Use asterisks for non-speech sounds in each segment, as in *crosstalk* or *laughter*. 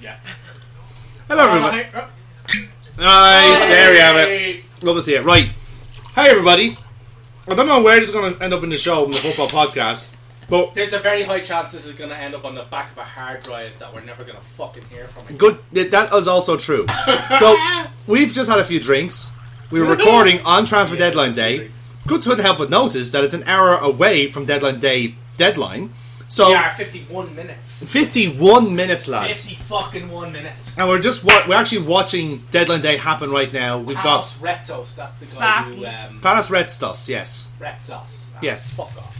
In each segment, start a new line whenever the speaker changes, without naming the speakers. Yeah. Oh,
Hello, everybody. Nice. There we have it. Love to see it. Right. Hey, everybody. I don't know where this is going to end up in the show, in the football podcast, but
There's a very high chance this is going to end up on the back of a hard drive that we're never going to fucking hear from again.
good. That that is also true. So we've just had a few drinks. We were recording on transfer deadline day. Good couldn't help but notice that it's an hour away from deadline day deadline. So
We are 51 minutes.
51 minutes, lads.
50 fucking one minutes.
And we're just wa- we're actually watching deadline day happen right now. We've got
Panos Retos, that's the guy who. Um,
Palace Red Stuffs, yes,
Retos. Ah,
Yes.
Fuck off.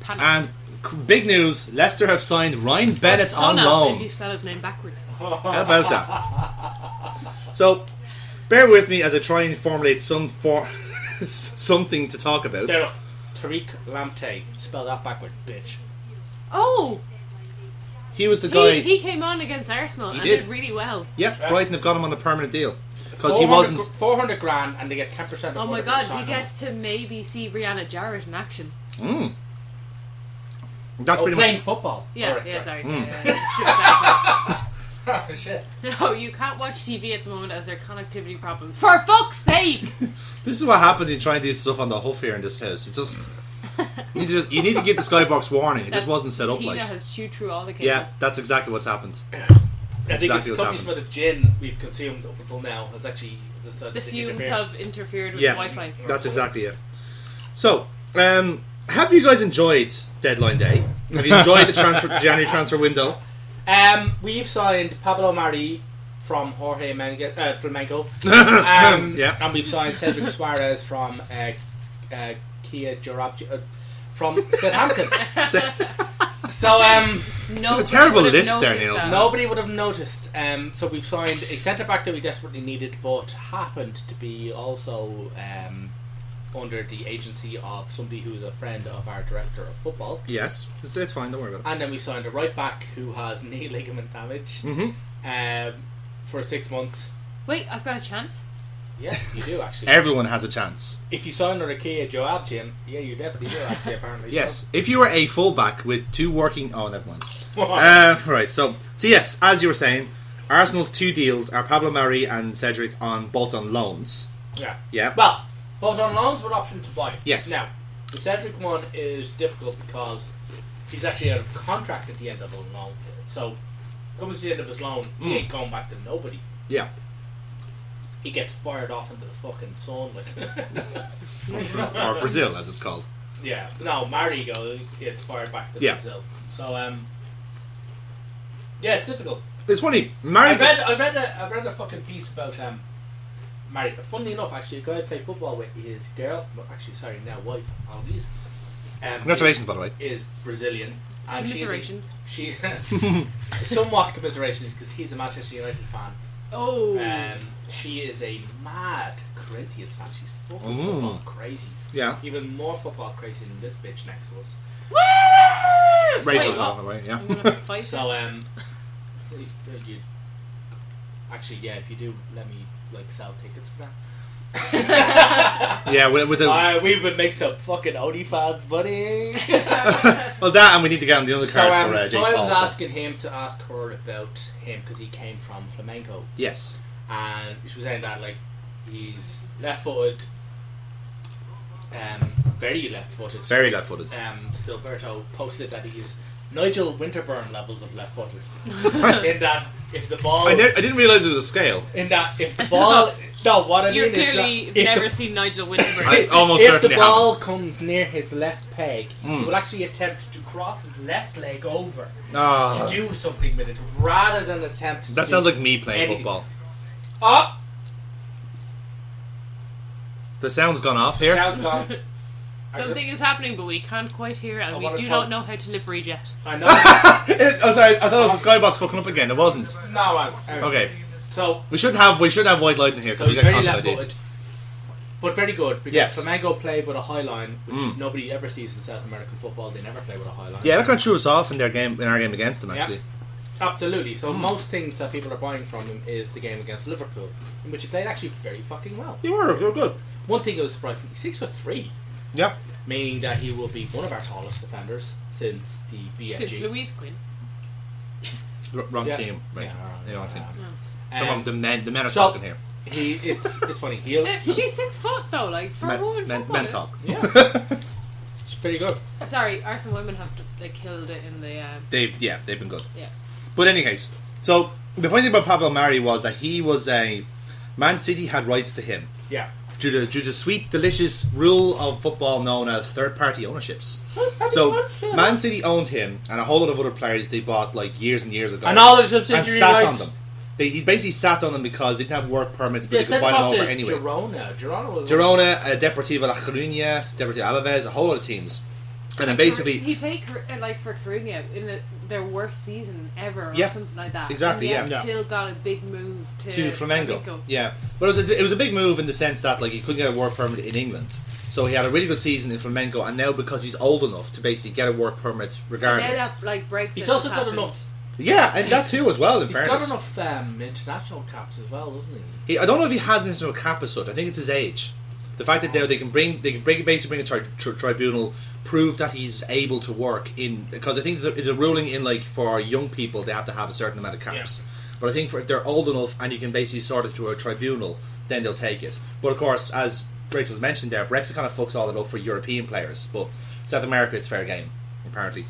Panic.
and c- big news: Leicester have signed Ryan Bennett
Saw
on
now,
loan.
If you spell his name backwards.
How about that? So, bear with me as I try and formulate some for *laughs* something to talk about.
There. Tariq Lamptey. Spell that backward, bitch.
Oh,
He was the guy.
he, he came on against Arsenal and
did.
did really well.
yep,
Yeah.
Brighton have got him on a permanent deal because he
400
wasn't.
gr- 400 grand and they get 10% of
Oh my
whatever
god,
they sign
he
on.
gets to maybe see Rihanna Jarrett in action.
That's
Oh,
pretty
playing
much.
football.
Yeah,
Alright,
yeah,
great.
Hmm.
sorry. Yeah, yeah,
Oh, *laughs* shit.
yeah. *laughs* no, you can't watch TV at the moment as there are connectivity problems. For
*laughs*
fuck's sake!
This is what happens. You try and do stuff on the hoof here in this house. It just. You need, to just, you need to give the skybox warning. It just wasn't set up
Tina
like.
has chewed through all the cables.
Yeah, that's exactly what's happened.
I think
exactly
it's
what's
the company's
happened.
amount of gin we've consumed up until now has actually decided
The
to
fumes
interfere.
have interfered with
Yeah,
the Wi-Fi.
That's exactly it. So, um, have you guys enjoyed deadline day? Have you enjoyed the transfer
*laughs*
January transfer window?
Um, we've signed Pablo Mari from Jorge Menga, uh, Flamengo. um,
Yeah.
And we've signed Cedric Suarez from uh, uh, Kia Jorab, uh, from Southampton. so um,
No,
A terrible
would have
list there,
noticed
Neil.
that.
nobody would have noticed. Um, so we've signed a centre back that we desperately needed, but happened to be also um, under the agency of somebody who is a friend of our director of football.
Yes, it's, it's fine. Don't worry about
And then we signed a right back who has knee ligament damage
it. Mm-hmm.
um, for six months.
Wait, I've got a chance.
Yes, you do actually.
Everyone has a chance.
if you sign under Kia Joabjian, yeah, you definitely do actually. Apparently,
Yes, if you were a fullback with two working, oh, never
*laughs*
mind.
So.
Uh, right. So, so yes, as you were saying, Arsenal's two deals are Pablo Mari and Cedric on both on loans.
yeah.
Yeah.
Well, both on loans with option to buy.
Yes.
Now, the Cedric one is difficult because he's actually out of contract at the end of the loan. So, comes to the end of his loan,
Hmm.
he ain't going back to nobody.
*laughs*
Yeah.
He gets fired off into the fucking sun. Like,
Or Brazil, as it's called.
yeah. No, Mari goes gets fired back to
Yeah.
Brazil. So, um, yeah, it's difficult.
It's funny.
I
Mari's
read, I read, a, I read a fucking piece about um, Mary. Funnily enough, actually, a guy I play football with, his girl, well, actually, sorry, now wife, apologies. Um,
Congratulations, by the way.
Is, is Brazilian, and she's a,
Commiserations.
she *laughs* somewhat commiserations because he's a Manchester United fan.
Oh,
Um, she is a mad Corinthians fan. She's fucking
Ooh.
football crazy.
Yeah.
Even more football crazy than this bitch next to us.
Woo!
Rachel's
Wait,
on
what?
the way. Yeah.
I'm gonna
*laughs*
fight.
So um, you- you- actually, yeah, if you do, let me like sell tickets for that.
Yeah. With, with the,
Uh, we would make some fucking OnlyFans
*laughs*
money.
well, that and we need to get on the other
so,
card
um,
for uh,
so
Jake
I was
Paul, so-
asking him to ask her about him because he came from flamenco,
Yes.
and she was saying that like he's left-footed, um, very left-footed.
Very left-footed.
Um, Stilberto posted that he is Nigel Winterburn levels of
*laughs*
left-footed. in that, if the ball,
I, ne- I didn't realize it was a scale.
in that, if the
*laughs*
ball, no, what I
You're
mean is that
clearly
if the
never seen Nigel Winterburn.
I almost
if the
certainly Hmm.
ball comes near his left peg, he will actually attempt to cross his left leg over
haven't.
to
Ah,
do something with it, rather than attempt. To
that sounds like me playing
Anything.
football.
oh,
The sound's gone off here.
sounds gone.
*laughs* Something is happening, but we can't quite hear, and
I
we
wanna
do
talk-
not know how to lip read yet.
I
*laughs*
know.
It- *laughs* oh, sorry. I thought it was the skybox fucking up again. It wasn't.
no, I'm, I'm-
Okay.
So,
We should have we should have white light in here
so
because we
he's
got
very
content
left-footed,
ideas.
but very good because
Yes. Mm.
Flamengo play with a high line, which nobody ever sees in South American football. They never play with a high line.
Yeah, that kind of threw us off in their game in our game against them
Yeah.
actually.
Absolutely. So
Mm.
most things that people are buying from him is the game against Liverpool, in which he played actually very fucking well.
You were you were good.
One thing that was surprising: he's six foot three,
Yeah.
meaning that he will be one of our tallest defenders since the BFG.
Since Louise Quinn.
R- wrong
Yeah.
team, right?
Yeah, all right.
The wrong team.
No.
Come on,
Um,
the men, the men are
so-
talking here.
he, it's it's funny. He'll, *laughs*
Uh, She's six foot though, like for a
Men,
woman.
men,
footballer.
men talk.
yeah, it's pretty good.
Sorry, are some women have to, like killed it in the uh,
They've yeah, they've been good.
yeah.
But any case, so the funny thing about Pablo Mari was that he was a Man City had rights to him
Yeah,
due to due to sweet delicious rule of football known as third party ownerships.
Oh,
So Man City owned him and a whole lot of other players they bought like years and years ago.
and all the
and
subsidiary
sat on
rights.
them. They, he basically sat on them because they didn't have work permits, but
Yeah,
they could
send
buy
him
them
off
over
to
anyway.
Girona. Girona was
Girona, uh, Deportivo La Coruña, Deportivo Alaves, a whole lot of teams, and then basically
he played Cor- uh, like for Coruña in the, their worst season ever, or
Yeah.
something like that.
Exactly,
And yet
yeah.
Still got a big move to,
to Flamengo. Yeah, but it was, a, it was a big move in the sense that like he couldn't get a work permit in England, so he had a really good season in Flamengo, and now because he's old enough to basically get a work permit
And now
regardless.
that like breaks.
He's also got enough.
yeah, and that too as well. In
He's got
fairness,
enough um, international caps as well, doesn't he?
he, I don't know if he has an international cap as such. I think it's his age. The fact that now they can bring they can bring, basically bring a tri- tri- tribunal prove that he's able to work in because I think it's a, it's a ruling in like for young people they have to have a certain amount of caps. But I think for if they're old enough and you can basically sort it through a tribunal, then they'll take it. But of course, as Rachel's mentioned there, Brexit kind of fucks all that up for European players. But South America, it's fair game apparently.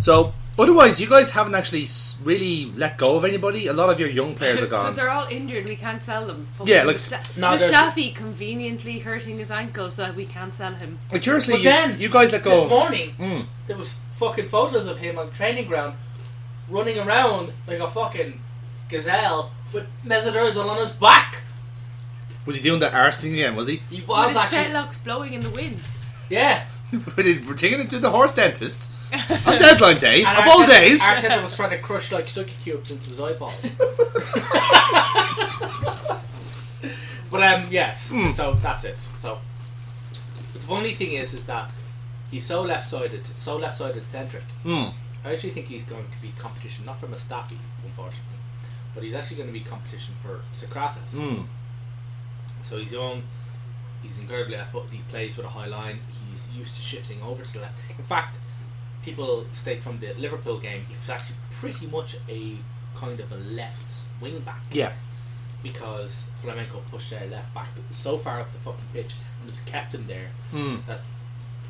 So otherwise, you guys haven't actually s- really let go of anybody. A lot of your young
*laughs*
players are gone.
Because they're all injured, we can't sell them. Fucking
Yeah, like-
Musta-
No, there's-
Mustafi conveniently hurting his ankle so that we can't sell him.
But curiously,
But
you,
then
you guys let go.
This
of-
morning,
Mm.
there was fucking photos of him on training ground, running around like a fucking gazelle with Mesut Ozil on his back.
Was he doing the arse thing again? Was he? *laughs*
He
With
was
his
actually,
fetlocks blowing in the wind.
yeah.
We're taking it to the
*laughs*
horse dentist on deadline day
And
of all
Arteta-
days.
Arteta was trying to crush like sugar cubes into his
*laughs*
eyeballs. but um, yes.
Hmm.
So that's it. So but the funny thing is, is that he's so left-sided, so left-sided centric.
Hmm.
I actually think he's going to be competition, not for Mustafi, unfortunately, but he's actually going to be competition for Socrates.
Hmm.
So he's young, he's incredibly athletic, he plays with a high line, he's used to shifting over to the left. In fact, people state from the Liverpool game, he was actually pretty much a kind of a left wing back
Yeah.
because Flamenco pushed their left back so far up the fucking pitch and just kept him there
Hmm.
that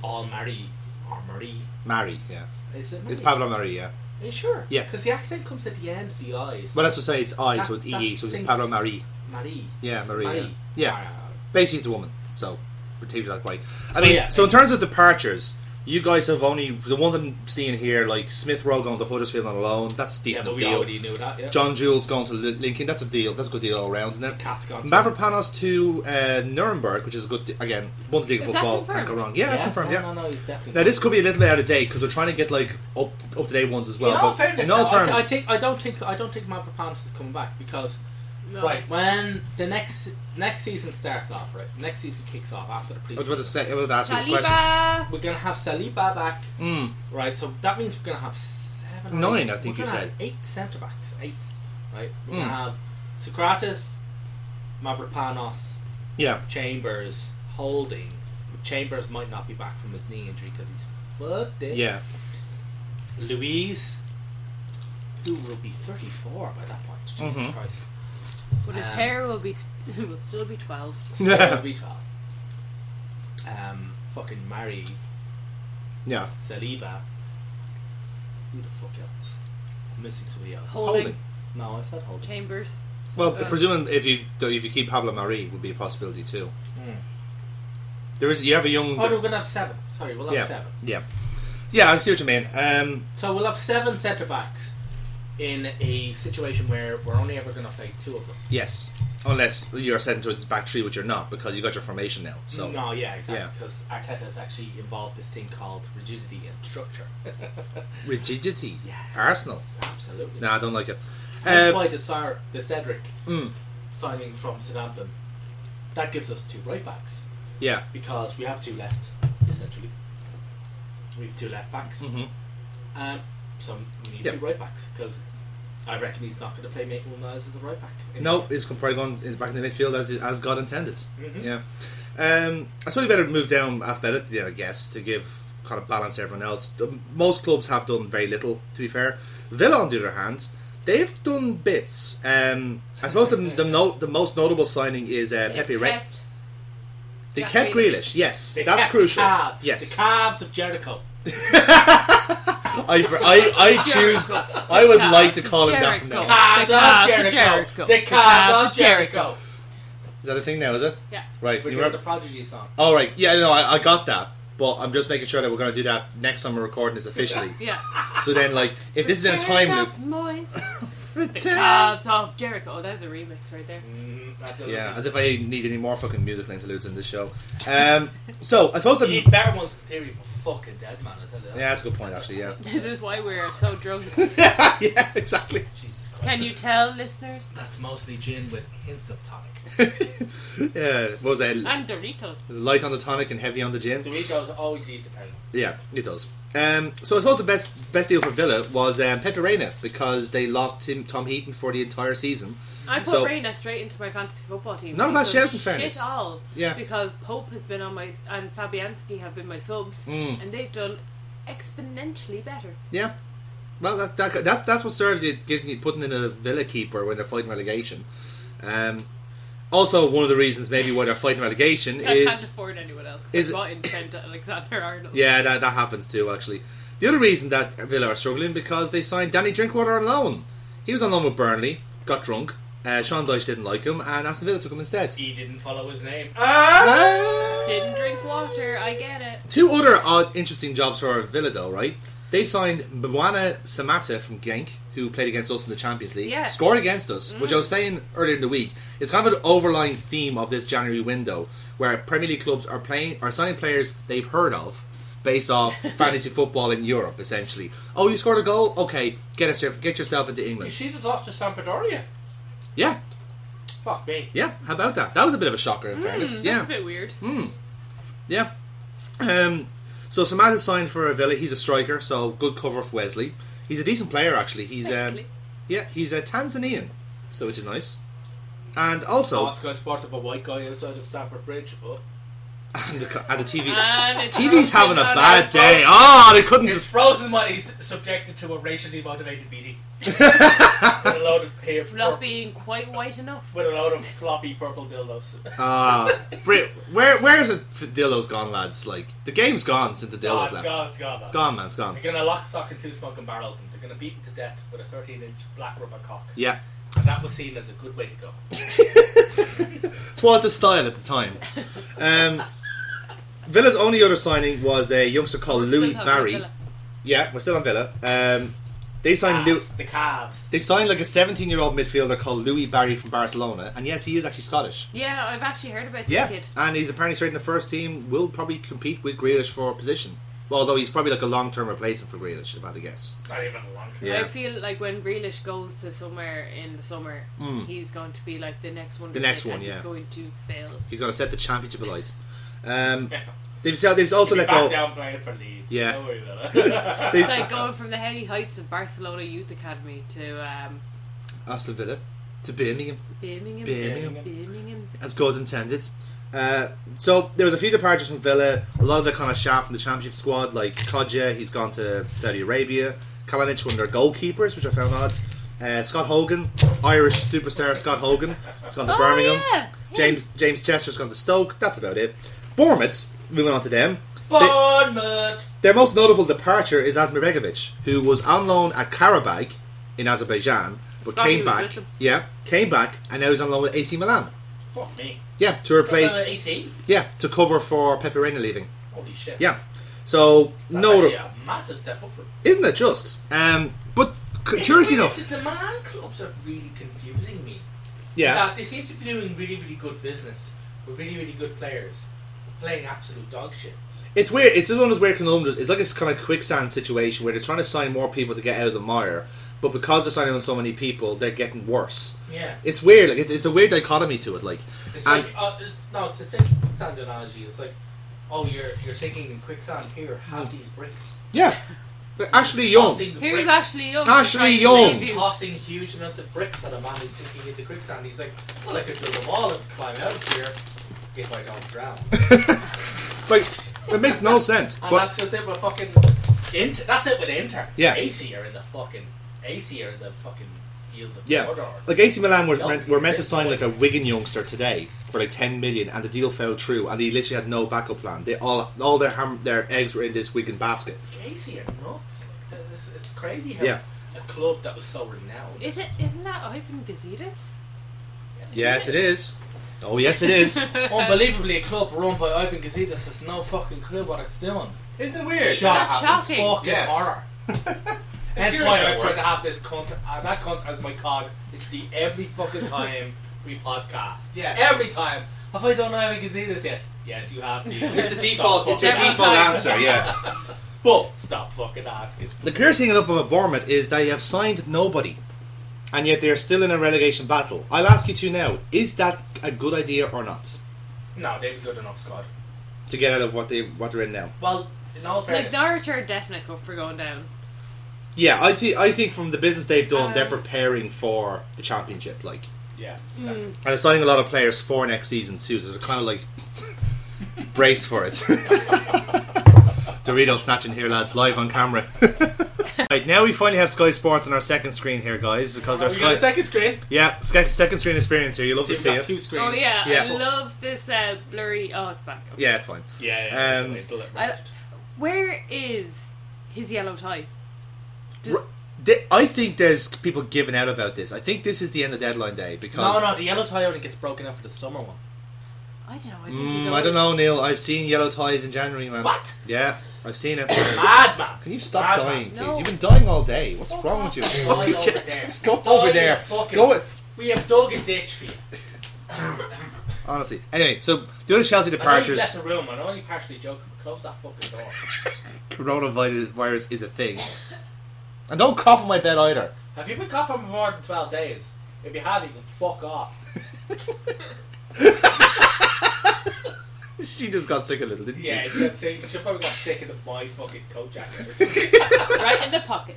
all Mari or Marie.
Mary. Yeah.
Is it
It's
Marie?
Pablo Mari. Yeah.
Are you sure?
Yeah.
Because the accent comes at the end of the eyes.
Well, that's what I say. It's I, so it's
That-
ee.
that
So it's
sinks.
Pablo Mari.
Marie.
Yeah, Marie. Yeah.
Marie.
yeah.
Ah,
Basically, it's a woman. So particularly that way. I
So,
mean,
yeah.
so in terms of departures. You guys have only the ones I'm seeing here, like Smith Rowe going to Huddersfield on loan. That's a
Yeah,
decent
but we
deal.
already knew that. Yeah.
John Jules going to Li- Lincoln. That's a deal. That's a good deal all round, isn't it?
Cat's gone.
Mavropanos to uh, Nuremberg, which is a good di- again one dig of
Is that
football
confirmed?
can't go wrong. Yeah, that's confirmed. Yeah.
No, no, no, he's definitely.
Now this could be a little bit out of date because we're trying to get like up up to date ones as well.
in all
but
fairness,
in all
though,
terms,
I, I think I don't think I don't think Mavropanos is coming back because
No.
right when the next next season starts off, right, next season kicks off after the
I was about to
preseason.
say, I was about to ask you this question.
Saliba.
We're gonna have Saliba back,
Mm.
right? So that means we're gonna have seven, or
Nine,
eight-
I think
we're
you
gonna
said.
have eight centre backs, eight, right? We're
Mm.
gonna have Socrates, Mavropanos,
Yeah,
Chambers holding. Chambers might not be back from his knee injury because he's fucked it.
yeah.
Louise, who will be 34 by that point. Jesus
Mhm. *laughs*
Christ.
But his
Um,
hair will be *laughs* will still be twelve.
So will be 12. Um, fucking Mary,
yeah.
Saliba. Who the fuck else? I'm missing somebody else.
Holding,
Holding.
No, I said holding.
chambers.
Well,
Uh,
presuming if you do- if you keep Pablo Marie would be a possibility too.
Mm.
There is you have a young.
Oh, no, we're gonna have seven. Sorry, we'll have
yeah,
seven.
yeah, yeah. I see what you mean. Um,
So we'll have seven centre backs in a situation where we're only ever gonna play two of them.
yes, unless you're sent to its back three, which you're not because you got your formation now. So
no, yeah, exactly.
yeah.
Because Arteta has actually involved this thing called rigidity and structure.
rigidity.
Yes,
Arsenal.
absolutely.
No, I don't like it.
That's
Uh,
why the Sar- the Cedric
mm,
signing from Southampton that gives us two right backs
Uh, yeah.
because we have two left essentially. We have two left backs.
hmm
Um, so we need
Yep.
two right backs because I reckon he's not going to play Maitland Niles as a right back.
No, it's probably going is back in the midfield as as God intended.
Mhm.
Yeah. Um, I suppose we better move down alphabetically, then, I guess, to give kind of balance to everyone else. Um, Most clubs have done very little, to be fair. Villa, on the other hand, They've done bits. Um, I suppose the the, no, the most notable signing is uh, Pepe
They've
Reina.
kept
They
that
kept
Grealish.
Grealish. Yes,
They
that's
kept
crucial.
The calves,
yes,
the calves of Jericho.
I, I, I choose. I would like to call him that from now.
Jericho.
on.
Calves of Jericho.
The calves of Jericho.
The calves of Jericho.
Is that a thing now? Is it
Yeah.
right?
We're
you
doing the
remember?
Prodigy song.
All right. Yeah. No, I, I got that. But I'm just making sure that we're going to do that next time we're recording this officially.
Yeah.
So then, like, if this is in a time loop, *laughs*
Moist. The
return.
calves of Jericho. Oh, that's a remix right there.
Mm, that's a little
Yeah,
bit-
as if I need any more fucking musical interludes in this show. Um, so I suppose the
You
yeah,
need better ones in theory for fucking dead man. I tell you. that.
that's a good point actually. Yeah, *laughs*
This is why we're so drunk.
yeah, exactly.
Jesus Christ.
Can you
that's-
tell, listeners?
That's mostly gin with hints of tonic.
yeah, what was that?
And Doritos.
Light on the tonic and heavy on the
*laughs*
gin.
Doritos oh, always needs a penny.
Yeah, it does. Um, so I suppose the best best deal for Villa was um, Pepe Reina because they lost Tim Tom Heaton for the entire season.
I put
So-
Reina straight into my fantasy football team.
Not a bad
because
shout, in fairness.
Shit all.
Yeah.
Because Pope has been on my and Fabianski have been my subs,
Mm.
and they've done exponentially better.
Yeah. Well, that, that, that that's what serves you giving you putting in a Villa keeper when they're fighting relegation. Um, also, one of the reasons maybe why they're fighting relegation
I can't
is
afford anyone else
is-
because I bought in Trent Alexander Arnold.
yeah, that that happens too actually. The other reason that Villa are struggling because they signed Danny Drinkwater on loan. He was on loan with Burnley, got drunk. Uh, Sean Dyche didn't like him, and Aston Villa took him instead.
He didn't follow his name. Ah!
Didn't drink water. I get it.
Two other odd, interesting jobs for Villa, though, right? They signed Mbwana Samata from Genk, who played against us in the Champions League,
Yes. Mm-hmm.
scored against us, which I was saying earlier in the week. It's kind of an overlying theme of this January window, where Premier League clubs are playing are signing players they've heard of, based
*laughs*
off fantasy football in Europe, essentially. Oh, you scored a goal? Okay, get us get yourself into
You
England.
*laughs*
see that's off to Sampdoria.
Yeah,
Fuck me.
yeah. How about that? That was a bit of a shocker, in
Hmm,
fairness.
that's
Yeah,
a bit weird.
Yeah. Um, so Samata signed for Villa. He's a striker, so good cover for Wesley. He's a decent player, actually. He's um,
Actually.
yeah, he's a Tanzanian, so which is nice. And also,
Oscar spotted a white guy outside of Stamford Bridge. Oh.
*laughs*
*laughs*
and, the, and the TV.
And it's
TV's having a
broken on
bad
us
day.
both.
Oh, they couldn't
It's
just. *laughs*
frozen while he's subjected to a racially motivated *laughs* beating. with a load of pear
Not being quite white enough.
with a load of floppy purple dildos.
Ah, Brit, where where's the Dillo's gone, lads? Like the game's gone since the
God, *laughs* God,
Dillo's left.
God, God.
It's gone, man. It's gone.
They're gonna lock stock in two smoking barrels and they're gonna beat him to death with a 13 inch black rubber cock.
Yeah,
And that was seen as a good way to go.
twas the style at the time. Um, Villa's only other signing was a youngster called Louis
Still have
Barry.
Villa.
Yeah, we're still on Villa. Um, they signed Lou-
Calves, the calves.
they've signed like a 17 year old midfielder called Louis Barry from Barcelona, and yes, he is actually Scottish.
Yeah, I've actually heard about this
Yeah,
kid.
and he's apparently straight in the first team. Will probably compete with Grealish for a position. Well, although he's probably like a long term replacement for Grealish, if I had to guess.
Not even a long time.
Yeah.
I feel like when Grealish goes to somewhere in the summer, he's going to be like the next one. to
Hmm. The next
pick
one,
and
yeah.
He's going to fail.
He's going to set the championship alight. Um,
Yeah.
they've, sell- they've also
He'll be
let
back
go.
down playing for Leeds.
Yeah.
Don't worry about
*laughs*
it. *laughs*
They-
It's like going from the heady heights of Barcelona Youth Academy to um,
Aston Villa to Birmingham,
Birmingham.
Birmingham.
Birmingham.
as God intended. Uh, so there was a few departures from Villa. A lot of the kind of shaft from the championship squad, like Kodja, he's gone to Saudi Arabia. Kalinic, one of their goalkeepers, which I found odd. Uh, Scott Hogan, Irish superstar Scott Hogan, has gone to
Oh,
Birmingham.
yeah. Him.
James James Chester's gone to Stoke. That's about it. Bournemouth, moving on to them. They-
Bournemouth!
their most notable departure is Asmir Begovic, who was on loan at Karabakh in Azerbaijan, but
Thought he
came
was
back.
with them.
Yeah, came back, and now he's on loan with AC Milan.
Fuck me.
Yeah, to replace.
Uh, AC?
Yeah, to cover for Pepe Reina leaving.
Holy shit.
Yeah. So
That's
no,
actually a massive step upward.
isn't it just? Um, but cu- curious enough,
The man clubs are really confusing me.
yeah,
That they seem to be doing really, really good business with really, really good players, but playing absolute dog shit.
it's weird. It's one of those weird conundrums. It's like this kind of quicksand situation where they're trying to sign more people to get out of the mire, but because they're signing on so many people, they're getting worse.
Yeah.
It's weird. Like it, it's a weird dichotomy to it. Like,
It's
and
like, uh, it's, no, to take quicksand analogy, it's like, oh, you're you're thinking in quicksand here,
Hmm.
have these bricks.
yeah, but Ashley Young.
Tossing the
Here's
bricks.
Ashley Young.
Ashley
trying to
Young.
save you.
tossing huge amounts of bricks at a man who's sinking into quicksand. He's like, well, I could build a wall and climb out of here if I don't drown.
Like, it
*laughs*
makes no sense.
And
*laughs* But
that's just it with fucking Inter. That's it with Inter.
Yeah.
AC are in the fucking AC are in the fucking fields of
Yeah,
Mordor.
like AC Milan were,
That would
meant,
be
were
a
meant to
big
sign
boy.
like a Wigan youngster today for like ten million, and the deal fell through, and they literally had no backup plan. They all all their ham, their eggs were in this Wigan basket.
Casey are nuts. Like, that is, it's crazy how
Yeah.
a club that was so renowned.
Is it? Isn't that Ivan Gazidis?
Yes, it is. Oh, yes, it is.
*laughs*
Unbelievably, a club run by Ivan Gazidis has no fucking clue what it's doing.
*laughs* Isn't it weird?
Shut
That's
up.
shocking.
It's fucking
Yes. *laughs*
horror. Hence
curious
why
how it
I've tried to
works.
have this cunt, uh, that cunt as my cod literally every fucking time we podcast.
*laughs* Yes.
Every time. Have I done Ivan Gazidis? Yes. Yes, you have. Neil.
*laughs* It's a default. It's a
Stop
fucking-
default answer. Yeah.
But stop fucking asking.
the curious thing enough about Bournemouth is they have signed nobody, and yet they are still in a relegation battle. I'll ask you two now: Is that a good idea or not?
No, they'd be good enough, Scott.
To get out of what they what they're in now.
Well, in all
Like
fairness,
Norwich are definitely up for going down.
Yeah, I thi- I think from the business they've done,
Um,
they're preparing for the championship. Like.
yeah,
Hmm.
exactly.
And they're signing a lot of players for next season too. So they're kind of like brace for it. Dorito snatching here, lads, live on camera. right now, we finally have Sky Sports on our second screen here, guys, because
Are
our
we got
Sky,
a second screen.
yeah, sec- second screen experience here. You love
See,
to
we've
see
got
it.
two screens.
Oh yeah,
Yeah.
I love this uh, blurry. Oh, it's back.
Yeah, it's fine.
Yeah,
yeah, Um, yeah,
I, where is his yellow tie?
R- th- I think there's people giving out about this. I think this is the end of deadline day because.
no, no, the yellow tie only gets broken out for the summer one.
I don't know. I think he's.
Mm,
always-
I don't know, Neil. I've seen yellow ties in January, man.
What?
Yeah, I've seen it.
Mad man.
Can you stop
Mad man.
dying, please?
No.
You've been dying all day. What's
Fuck
wrong
off
with you?
and die over there.
Just go
Die
over
and
there.
fucking-
Go it.
We have dug a ditch for you.
Honestly. Anyway, so the other Chelsea
I know you've
departures,
left the room. I'm only partially joking. But close that fucking door.
coronavirus virus is a thing. And don't cough on my bed either. *laughs*
Have you been coughing for more than twelve days? If you have, you can fuck off.
She just got sick a little, didn't
Yeah,
she? *laughs*
you got sick. She probably got sick of the my fucking coat jacket or *laughs* something.
Right in the pocket.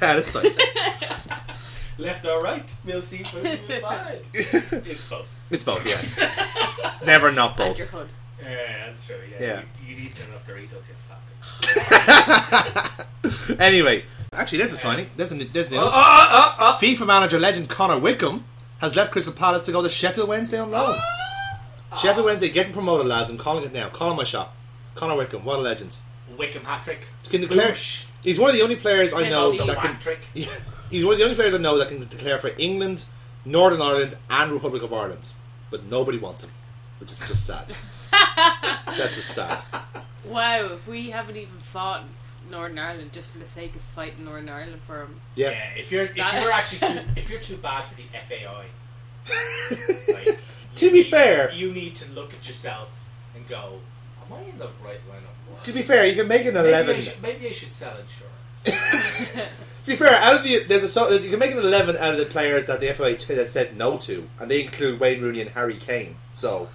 Yeah, that's right.
Left or right, we'll see. Who's
*laughs*
right. It's both.
It's both,
*laughs*
yeah. It's, it's never not
And
both.
your hood.
Yeah, that's true. Yeah,
Yeah.
You, you need to enough Doritos, you fuck.
Anyway, actually, there's a signing. There's, a, there's news.
oh, oh,
FIFA manager legend Connor Wickham has left Crystal Palace to go to Sheffield Wednesday on loan.
Ah.
Sheffield Wednesday getting promoted, lads. I'm calling it now. Calling my shot. Connor Wickham, what a legend.
Wickham hat trick.
Can declare.
Whoosh.
He's one of the only players I know
Penalty.
that can. *laughs*
Hat trick.
He's one of the only players I know that can declare for England, Northern Ireland, and Republic of Ireland, but nobody wants him, which is just sad. That's
*laughs*
just sad.
Wow, if we haven't even fought in Northern Ireland just for the sake of fighting Northern Ireland for him.
Yeah.
Yeah, if you're if
That-
you're *laughs* actually too if you're too bad for the FAI, like,
*laughs* To
you
be
need-
fair-
you need to look at yourself and go, "Am I in the right line of work?"
To be fair, you can make an
maybe
eleven.
I
to
should, maybe I should sell
*laughs*
insurance.
be fair, out of the there's a so there's, you can make an eleven out of the players that the FA t- has said no to, and they include Wayne Rooney and Harry Kane. So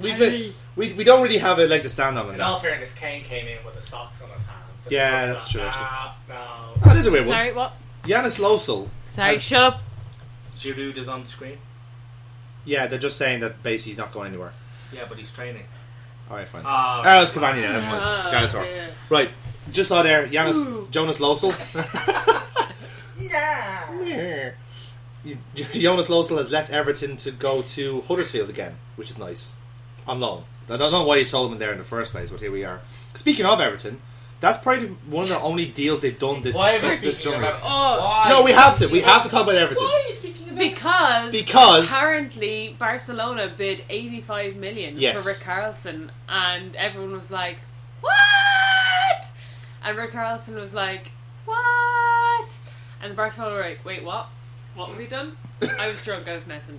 we've been,
Harry.
we we don't really have a leg to stand on in
in all
that.
fairness, Kane came in with the socks on his hands. and
Yeah,
I
that's
thought,
true,
"Ah, no.
That Oh, is a weird one.
Sorry, what?
Yanis Losel.
Sorry,
Has-
shut up.
Giroud is on the screen.
Yeah, they're just saying that basically he's not going anywhere.
Yeah, but he's training.
All right, fine.
Ah,
Oh, it's Cavani now. Never mind.
Ah,
Skeletor.
yeah.
Right, just saw there, Giannis,
Ooh.
Jonas Losel.
yeah.
You- *laughs* Jonas Losel has left Everton to go to Huddersfield again, which is nice. On loan. I don't know why you sold him there in the first place, but here we are. Speaking of Everton, that's probably one of the only deals they've done this
Why are we
this
speaking
summer.
about?
Oh.
Why?
No, we have to. We have to talk about Everton
Why are you speaking about?
Because,
because
apparently Barcelona bid 85 million
Yes.
for Rick Carlson, and everyone was like, What? And Rick Carlson was like, What? And the Barcelona were like, Wait, what? What was he done? I was drunk, I was messing.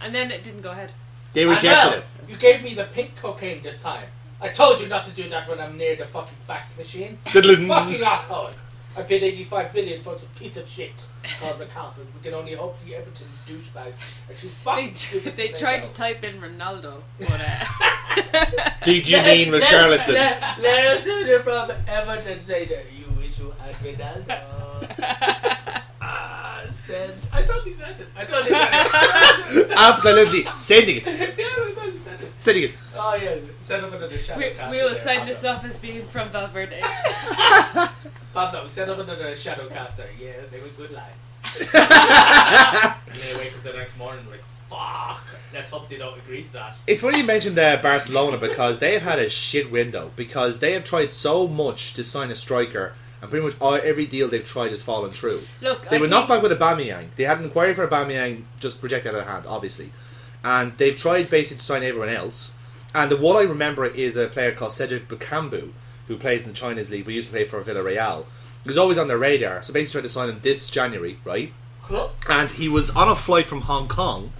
And then it didn't go ahead.
they
I know.
rejected it.
You gave me the pink cocaine this time. I told you not to do that when I'm near the fucking fax machine.
*laughs* Diddling.
fucking asshole. I bid 85 billion for the piece of shit called the castle. We can only hope the Everton douchebags are too
They,
fucking stupid
they
Ah, say
tried
no.
to type in Ronaldo,
*laughs*
but uh,
*laughs*
Did you mean
Let-
Richarlison?
Let, let, let us do it from Everton say that you wish you had
*laughs*
Ronaldo. Ah, send. I thought he said it. I thought he said it.
*laughs*
*laughs*
Absolutely. Sending it.
yeah, I thought he said it.
Sending it.
Oh, yeah. Send him another shadow
we,
cast
we
in
will
there,
sign
Pablo.
this off as being from
*laughs*
Valverde.
*laughs*
Pablo, send him another shadow caster. Yeah, they were good lines. And they wake up the next morning like, fuck, let's hope they don't agree to that.
It's funny you mentioned uh, Barcelona because they have had a shit window because they have tried so much to sign a striker and pretty much all, every deal they've tried has fallen through.
Look,
They
I
were knocked
think-
back with Aubameyang. They had an inquiry for Aubameyang, just rejected out of hand, obviously. And they've tried basically to sign everyone else. And the one I remember is a player called Cedric Bukambu, who plays in the Chinese league. We used to play for Villarreal. He was always on their radar, so basically tried to sign him this January, right?
Cool.
And he was on a flight from Hong Kong,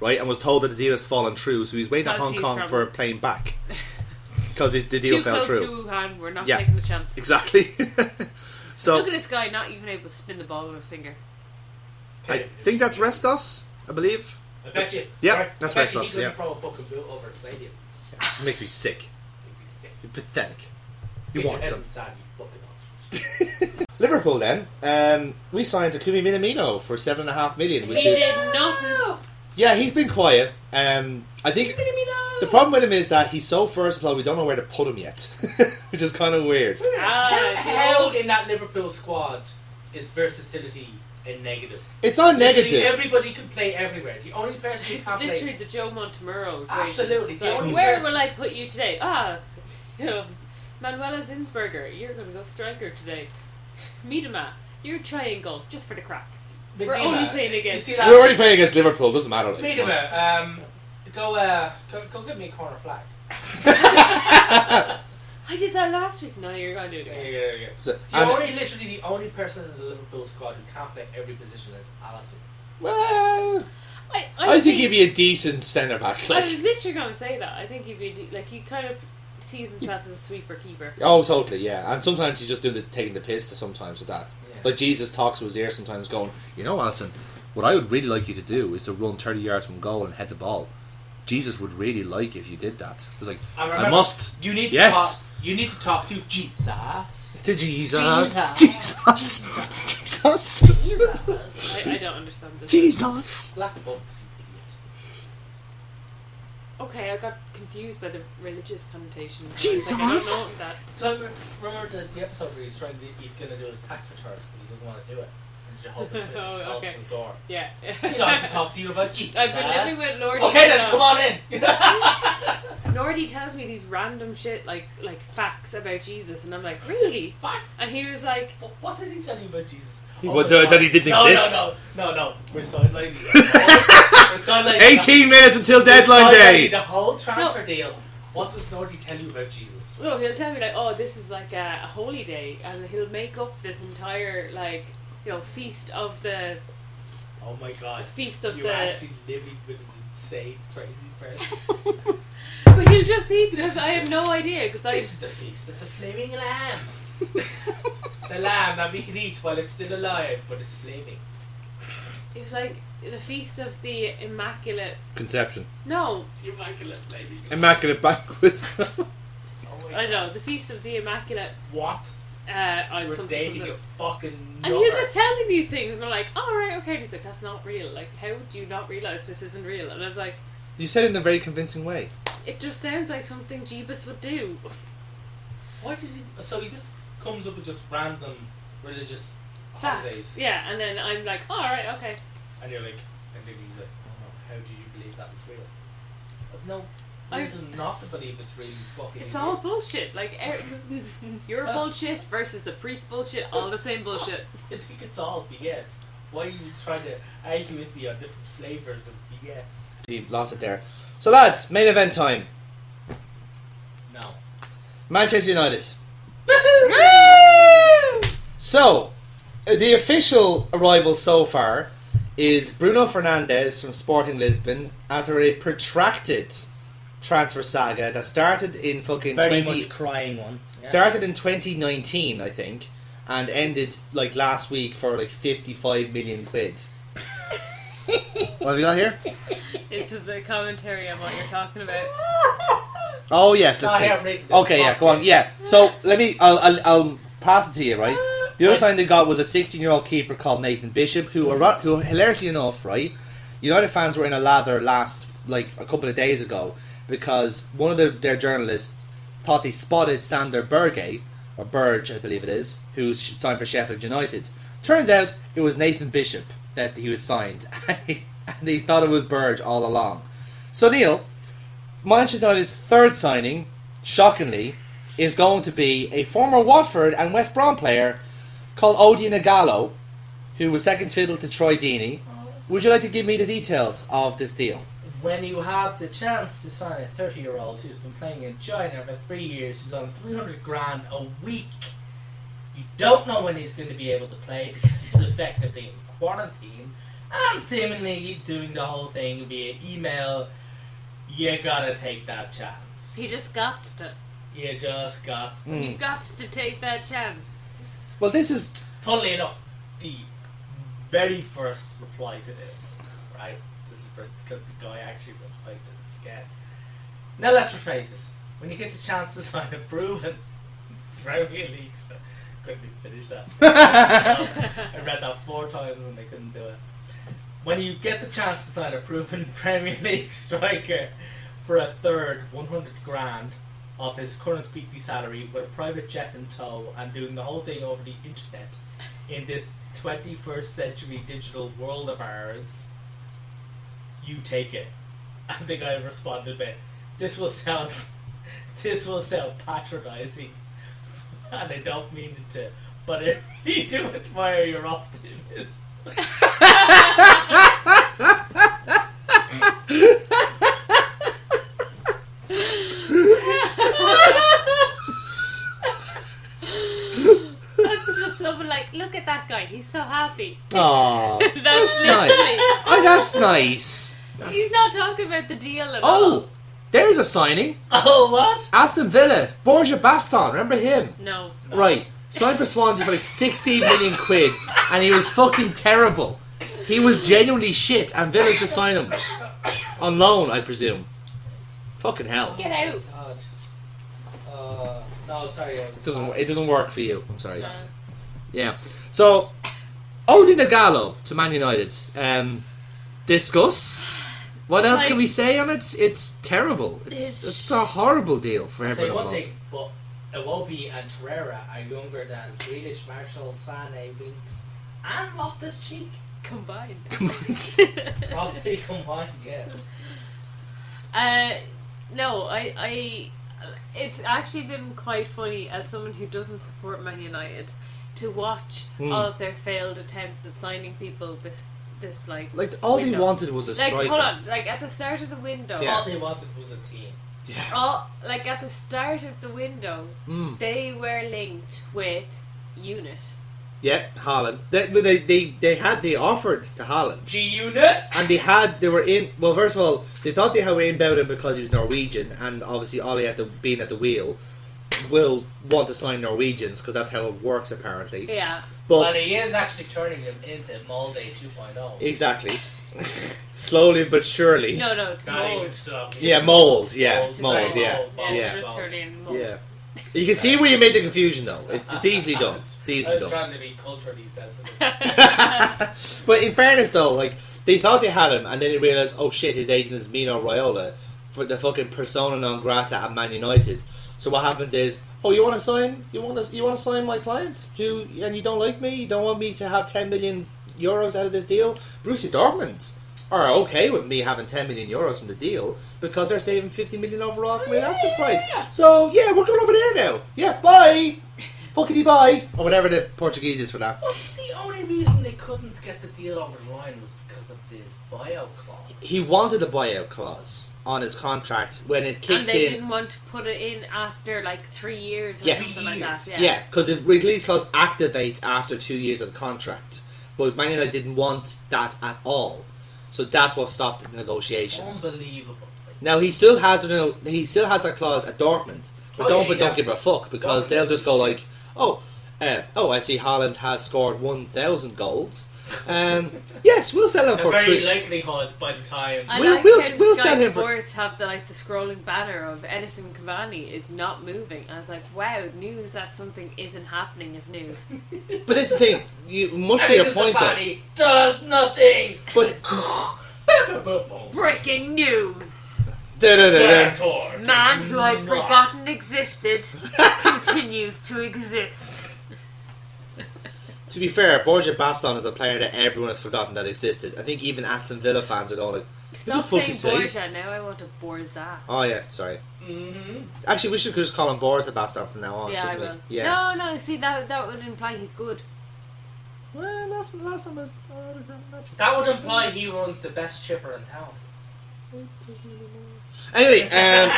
right, and was told that the deal has fallen through, so he's waiting at
Because
Hong
he's
Kong
from-
for a plane
*laughs*
back because the deal
Too
fell
close
through.
to Wuhan. We're not
Yeah. oh.
taking the
*laughs*
chance.
Exactly. *laughs* so
Look at this guy not even able to spin the ball on his finger.
I think that's Restos, I believe.
I bet you.
Yeah,
right,
that's
I bet
right,
you he
Sus,
couldn't
yeah.
throw a fucking boot over a stadium.
It makes me sick.
He'd be sick.
You're pathetic.
Get
You
your
want
head
some.
inside, you fucking ostrich.
*laughs*
Liverpool then. Um, we signed Takumi Minamino for seven and a half million, which
He
is
did nothing.
yeah, he's been quiet. Um, I think the problem with him is that he's so versatile. We don't know where to put him yet, *laughs* which is kind of weird.
Ah,
How-
the
how
old-
in that Liverpool squad is versatility a negative?
It's not
Literally
negative.
everybody can play everywhere. The only person who
It's
can't
literally
play.
the Joe Montemurro. equation.
Absolutely,
It's
the
like,
only
where
person-
will I put you today? Ah, *laughs* you know, Manuela Zinsberger, you're going to go striker today. Miedema, you're triangle just for the crack. We're
Midima,
only playing against
You see
Chelsea.
We're already playing against Liverpool. Doesn't matter. like, come on.
Midima, um, go, uh, go, go get me a corner flag.
I did that last week. No, you're going to do it
Yeah,
again.
yeah, yeah.
*laughs* So-
The
and-
only, literally the only person in the Liverpool squad who can't play every position is Allison.
well,
I,
I think he'd be a decent centre back.
I was
Like,
literally going to say that. I think he'd be like he kind of sees himself as a sweeper keeper.
oh, totally, yeah. And sometimes he's just doing the taking the piss. Sometimes with that.
Yeah.
Like Jesus talks to his ear sometimes, going, "You know, Alison, what I would really like you to do is to run thirty yards from goal and head the ball. Jesus would really like if you did that." I was like,
And
"I
remember,
must
You need to
Yes.
talk. You need to talk to Jesus.
to Jesus,
Jesus.
Jesus, Jesus,
I, I don't understand this.
Jesus."
Black box, you idiot.
Okay, I got confused by the religious connotations. I was
Jesus.
Like, I don't know that.
So remember- remember the, the episode where he's trying to, he's gonna do his tax return, but he doesn't want to do it. And Jehovah's Witness
Oh,
calls
okay.
to the door.
Yeah.
He'd like to talk to *laughs* you about Jesus.
*laughs* I've been living with Lordy.
Okay then,
now.
come on in. *laughs*
Lordy tells me these random shit like like facts about Jesus, and I'm like,
*laughs*
really?
Facts.
And he was like,
But what does he tell you about Jesus?
He-
Oh
what,
my
that-
God.
that he didn't
no,
exist?
No, no, no, no. We're so lady. We're so lady.
Eighteen minutes until
We're so
deadline
lady.
day.
The whole transfer deal. What does Lordy tell you about Jesus?
no, he'll tell me like, oh, this is like a, a holy day, and he'll make up this entire like you know feast of the
Oh my God.
feast of
You're
*laughs* the
actually living with an insane, crazy
*laughs*
person.
But you'll just see because I have no idea because I
This is the feast of the flaming lamb.
*laughs*
the lamb that we can eat while it's still alive, but it's flaming.
it was like the feast of the immaculate.
Conception,
No,
Immaculate flaming.
immaculate banquet.
Oh my
I don't know the feast of the immaculate.
What?
Uh, or
We're
something,
dating
something.
a fucking.
And
nutter.
he'll just tell me these things, and I'm like, "All right, okay." And he's like, "That's not real. Like, how do you not realize this isn't real?" And I was like,
*laughs* you said it in a very convincing way.
"It just sounds like something Jeebus would do."
Why does he? So he just comes up with just random religious
Facts,
holidays,
yeah. And then I'm like, "All right, okay."
and you're like, and then he's like, oh no, how do you believe that was real? I've no
I-
reason not to believe it's really fucking.
It's
real. *laughs*
all bullshit. Like, *laughs* er- your bullshit versus the priest bullshit, all the same *laughs* bullshit.
I think it's all BS. Why are you trying to argue with me on different flavors of BS?
He lost it there. So lads, main event time.
No.
Manchester United.
Woo!
So, uh, the official arrival so far is Bruno Fernandes from Sporting Lisbon after a protracted transfer saga that started in fucking
Very
20,
much crying one. Yeah.
started in 2019, I think, and ended like last week for like 55 million quid. what have we got here?
It's just a commentary on what you're talking about.
Oh yes,
Not
let's see.
here, mate. This
Okay, yeah, go on.
podcast.
Yeah. So let me. I'll, I'll, I'll pass it to you, right?
Uh,
The other sign they got was a 16-year-old keeper called Nathan Bishop, who are who hilariously enough, right? United fans were in a lather last like a couple of days ago because one of their, their journalists thought they spotted Sander Berge or Burge, I believe it is, who signed for Sheffield United. Turns out it was Nathan Bishop that he was signed, *laughs* and he, and he thought it was Burge all along. So Neil, Manchester United's third signing, shockingly, is going to be a former Watford and West Brom player called Odi Nagallo, who was second fiddle to Troy Deeney. Would you like to give me the details of this deal?
When you have the chance to sign a 30 year old who's been playing in China for three years, who's on 300 grand a week, you don't know when he's going to be able to play because he's effectively in quarantine and seemingly doing the whole thing via email. You gotta take that chance.
He just got to.
You just got. to.
Mm.
You got to take that chance.
Well, this is *laughs*
Funnily enough, the very first reply to this, right? This is because the guy actually replied to this again. Now let's rephrase this. When you get the chance to sign a proven, *laughs* it's very really exp- couldn't even finish that.
*laughs*
I read that four times and I couldn't do it. When you get the chance to sign a proven *laughs* Premier League striker for a third 100 grand of his current weekly salary with a private jet in tow and doing the whole thing over the internet in this 21st century digital world of ours, you take it. *laughs* And the guy responded with, this will sound, *laughs* this will sound patronizing. *laughs* And I don't mean it to, but *laughs* I really do admire your optimism.
That's just someone like, look at that guy. He's so happy.
oh,
*laughs* That's
nice.
literally.
oh, that's nice.
He's not talking about the deal at all.
Oh, there's a signing.
Oh, what?
Aston Villa, Borja Baston, remember him?
No.
Right, signed for Swansea for like 60 million quid, and he was fucking terrible. He was genuinely shit, and Villa just signed him. On loan, I presume. Fucking hell.
Get out.
God. Uh, no, sorry. I
It
was uh,
doesn't, it doesn't work for you, I'm sorry.
No.
Yeah. So, Odin Gallo to Man United. Um, discuss. What else can
Like-
we say on it? It's terrible. It's,
It's-
it's a horrible deal for
Say
everyone
one
involved.
thing, but Iwobi and Torreira are younger than Grealish, Marshall, Sane, Winks, and Loftus Cheek. *laughs*
Combined. *laughs*
*laughs*
Probably combined, yes.
Uh, no, I, I, it's actually been quite funny as someone who doesn't support Man United to watch
Hmm.
all of their failed attempts at signing people this, this like,
Like, all they
Window.
wanted was a
like
striker.
hold on, like at the start of the window,
Yeah.
All they wanted was a team.
Yeah.
all, Oh, like at the start of the window,
Mm.
they were linked with Unit.
Yeah, Holland. They, they, they, they had they offered to Holland,
G Unit?
and they had they were in. Well, first of all, they thought they had were in about him because he was Norwegian, and obviously Ollie at the being at the wheel will want to sign Norwegians because that's how it works apparently.
Yeah,
But
But
he is actually turning them into Molde oh. 2.0.
exactly, *laughs* slowly but surely.
no, no, it's
Not even
mold.
stop.
Yeah, moles. Yeah,
Moles,
moles.
sorry,
yeah,
mold,
Yeah,
mold,
yeah.
just
mold.
turning in mold.
yeah. You can see where you made the confusion though. It, it's easily done. It's
I
easily
was
done.
trying to be culturally sensitive.
*laughs* but in fairness, though, like they thought they had him, and then they realized, oh shit, his agent is Mino Raiola for the fucking persona non grata at Man United. So what happens is, oh, you want to sign? You want to? You want to sign my client? Who? And you don't like me? You don't want me to have ten million euros out of this deal? Brucey Dortmund are okay with me having ten million euros from the deal because they're saving fifty million overall from my asking price. So yeah, we're going over there now. Yeah, bye. Fuckity bye, or whatever the Portuguese is for that.
Well, the only reason they couldn't get the deal over the line was because of this bio clause.
he wanted a buyout clause on his contract when it
And
kicks
they
in.
didn't want to put it in after like three years or
Yes.
something like that.
Yeah, because the release clause activates after two years of the contract. But Man United didn't want that at all, so that's what stopped the negotiations.
Unbelievable.
Now he still has no, he still has that clause at Dortmund, but
Oh,
Dortmund
yeah,
don't
yeah.
give a fuck because
Dortmund
they'll just go
don't
like, oh, uh, oh, I see Haaland has scored one thousand goals. Um,
*laughs*
yes, we'll sell him
The
for
very
three.
likelihood by the time.
I
We'll-
like
we'll-
how
we'll
Sky
sell him for-
Sports have the like the scrolling banner of Edison Cavani is not moving. I was like, wow, news that something isn't happening
*laughs*
is news.
but this is the thing, you
*laughs*
much to your point. though,
Somebody does nothing.
But
*laughs*
*laughs*
Breaking news:
Da-da-da-da.
man who I'd
*laughs*
forgotten existed continues to exist.
To be fair, Borja Baston is a player that everyone has forgotten that existed. I think even Aston Villa fans are going like, Who the
Stop
fuck
saying
is he?
Borgia. Now I want a Borza.
Oh yeah, sorry.
Mm-hmm.
Actually, we should just call him Borja Baston from now on.
yeah, I
shouldn't we?
will.
Oh, Yeah.
No, no. See, that that would imply he's good.
Well, not from the last time. I was, I would've done that.
That would imply he runs the best chipper in town.
*laughs*
Anyway, um,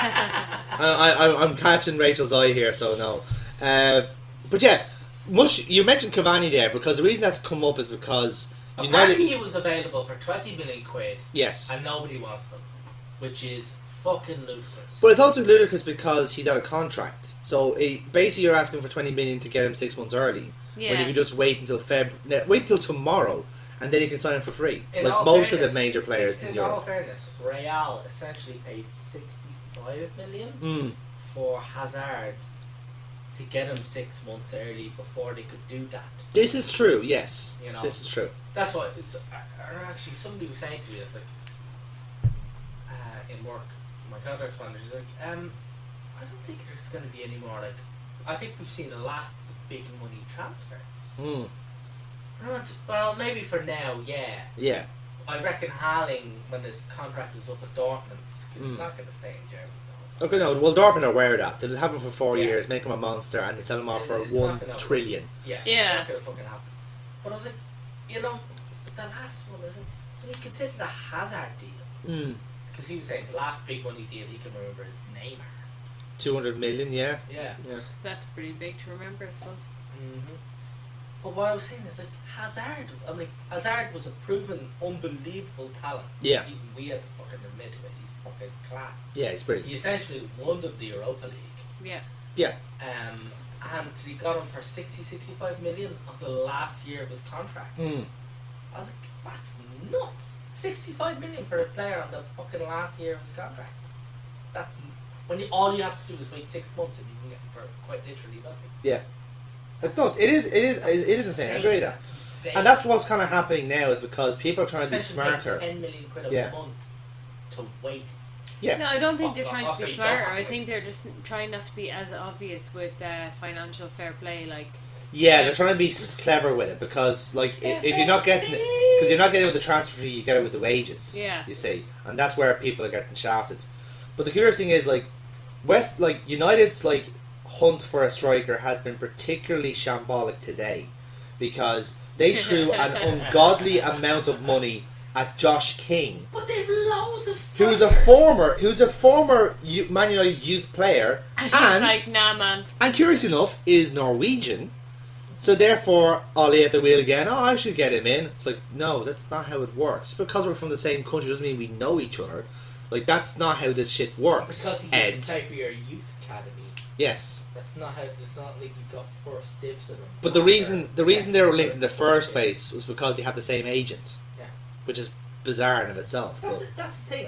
I, I, I'm catching Rachel's eye here, so no. Uh, but yeah, much you mentioned Cavani there because the reason that's come up is because
Apparently,
United.
he was available for 20 million quid
Yes,
and nobody wanted him, which is fucking ludicrous.
but it's also ludicrous because he's out of contract. So it, basically, you're asking for 20 million to get him six months early, when you
Yeah.
can just wait until Feb, no, wait until tomorrow, and then you can sign him for free,
In all
like most of
fairness-
the major players in,
in all
Europe.
fairness, Real essentially paid 65 million
Mm.
for Hazard to get him six months early before they could do that.
This is true. Yes,
You know.
this is true.
That's what it's. uh, Or actually, somebody was saying to me, it's like, uh, in work, my contract manager is like, um, I don't think there's going to be any more. Like, I think we've seen the last of the big money transfers.
Mm.
And I went, well, maybe for now, yeah.
Yeah,
I reckon Harling, when his contract is up at Dortmund, 'cause he's
Mm.
not going to stay in Germany. though.
Okay, no. Well, Dortmund are aware of that. They'll have him for four
Yeah.
years, make him a monster, and sell him off for
It's
one
not gonna-
trillion.
Yeah,
Yeah.
it's not going to fucking happen. But I was like, you know, but the last one, is it? Can you consider the Hazard deal?
Mm.
Because he was saying the last big money deal he can remember is Neymar.
Two hundred million, yeah.
Yeah.
That's pretty big to remember, I suppose.
Mm-hmm. But what I was saying is like Hazard. I'm like Hazard was a proven, unbelievable talent.
Yeah.
Even we had to fucking admit it. He's fucking class.
Yeah, he's brilliant.
He essentially won them the Europa League.
Yeah.
Um, and he got him for 60, 65 million on the last year of his contract.
Mm.
I was like, that's nuts. 65 million for a player on the fucking last year of his contract. That's when you, all you have to do is wait six months and you can get him for quite literally nothing.
It's not, it is. It is. It is insane. I agree with that.
That's insane.
And that's what's kind of happening now is because people are trying to be
Essentially paying
smarter.
10 million quid a
Yeah.
month to wait.
Yeah.
No, I don't think
Fuck
they're
off.
trying
I'll
to be
say don't
smarter.
have to
I
wait.
think they're just trying not to be as obvious with uh, financial fair play. Like, *laughs*
Yeah, they're trying to be s- clever with it because, like, i- if you're not getting it, because you're not getting it with the transfer fee, you get it with the wages.
Yeah.
You see, and that's where people are getting shafted. But the curious thing is, like, West, like United's like hunt for a striker has been particularly shambolic today, because
*laughs*
they threw an ungodly amount of money at Josh King,
But they've loads of
who's a
strikers.
former, who's a former U- Man United youth player,
and he's
and
like, nah, man.
and curious enough, is Norwegian. So therefore, Ollie at the wheel again. Oh, I should get him in. It's like no, that's not how it works. Because we're from the same country doesn't mean we know each other. Like that's not how this shit works.
Because he used to
Ed,
play for your youth academy.
yes,
That's not how. It's not like you got first dibs at them.
but the reason the reason they were linked in the first place was because they have the same agent,
Yeah.
which is bizarre in of itself.
That's
But
that's the thing.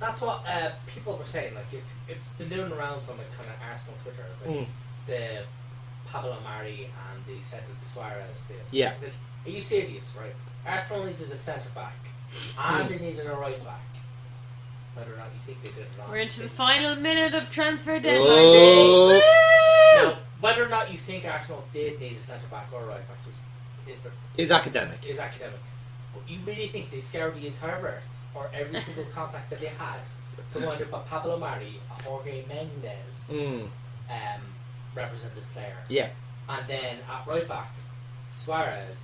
That's what uh, people were saying. Like it's it's been doing the rounds on like kind of Arsenal Twitter. It's like
Mm.
the Pablo Mari and the Cedric Suarez deal.
Yeah.
It's like, are you serious? Right. Arsenal needed a centre back, and they needed a right back. Whether or not you think they did or not.
We're into the
it's-
final minute of transfer deadline
Oh.
day. Woo!
Now, whether or not you think Arsenal did need a centre back or a right back is is the
it's academic.
is academic. But you really think they scoured the entire birth or every single
*laughs*
contact that they had to wind up a Pablo Mari, a Jorge Mendes
Mm.
um, represented player,
Yeah.
and then at right back, Suarez,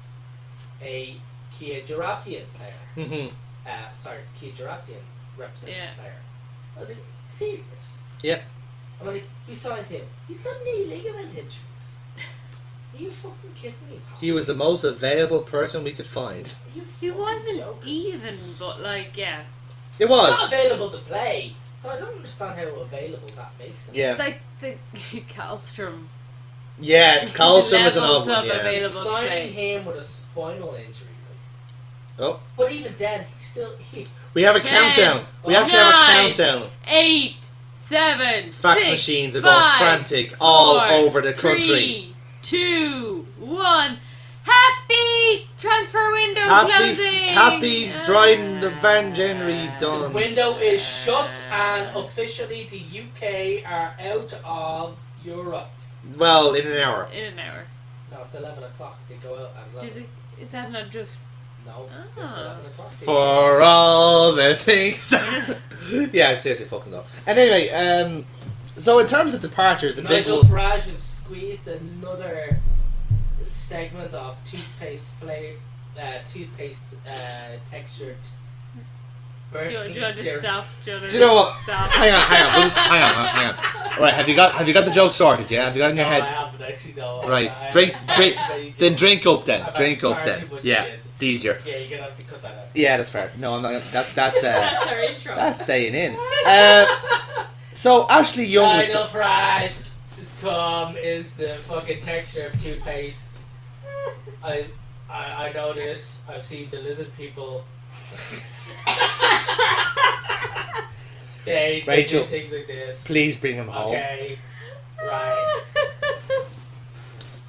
a Kia Jaraptian player.
hmm
Uh, sorry, Kia Jaraptian represented
Yeah.
player. I was like, serious?
Yeah.
I'm like, we signed him. He's got knee ligament injuries. Are you fucking kidding me? pal?
He was the most available person we could find.
Are you
He
fucking
wasn't
joking?
even, but like, yeah.
It
It's
was.
not available to play, so I don't understand how available that makes it.
Yeah.
Like the *laughs* Calstrom.
Yes, Carlson was an odd
Levels
one.
of
Yeah.
available to play.
Signing him with a spinal injury.
Oh.
But even then, he still. He,
We have a
Ten,
countdown. We actually have a
nine,
countdown.
Eight, seven,
Fax
six,
machines are going
five,
frantic all
four,
over the country.
Three, two, one. Happy transfer window
Happy,
closing.
happy Dryden the Van January
the
done.
window is shut,
uh,
and officially the UK are out of Europe.
Well, in an hour.
In an hour.
No, it's 11 o'clock. They go out at 11.
Do they, is that not just
No, it's
Ah.
11 o'clock. They go out.
For all the things. *laughs* yeah, seriously, fucking though. And anyway, um, so in terms of departures, the big
Nigel
one.
Farage has squeezed another segment of toothpaste flavor, uh, toothpaste uh, textured.
do you, do
burning
you want to
syrup.
stop? Do you, want
Do you know what?
Stop.
Hang on, hang on, we'll just, hang on, hang on. All right, have you got have you got the joke sorted? Yeah, have you got it in your
No, Oh, I
head?
haven't actually. No. I-
Right,
I- *laughs*
drink-
I-
drink-
I-
Then drink up, then
I've
drink up,
had far
then.
too much
Yeah,
gin.
it's easier.
Yeah, you're gonna have to cut that out.
Yeah, that's fair. No, I'm not. That's that's uh,
*laughs* That's our intro. *laughs*
that's staying in. Uh, so Ashley Young was.
Nigel Farage, his cum is the fucking texture of toothpaste. I, I, I know this. I've seen the lizard people. They, they do
Rachel,
things like this.
Please bring him home.
Okay. Right.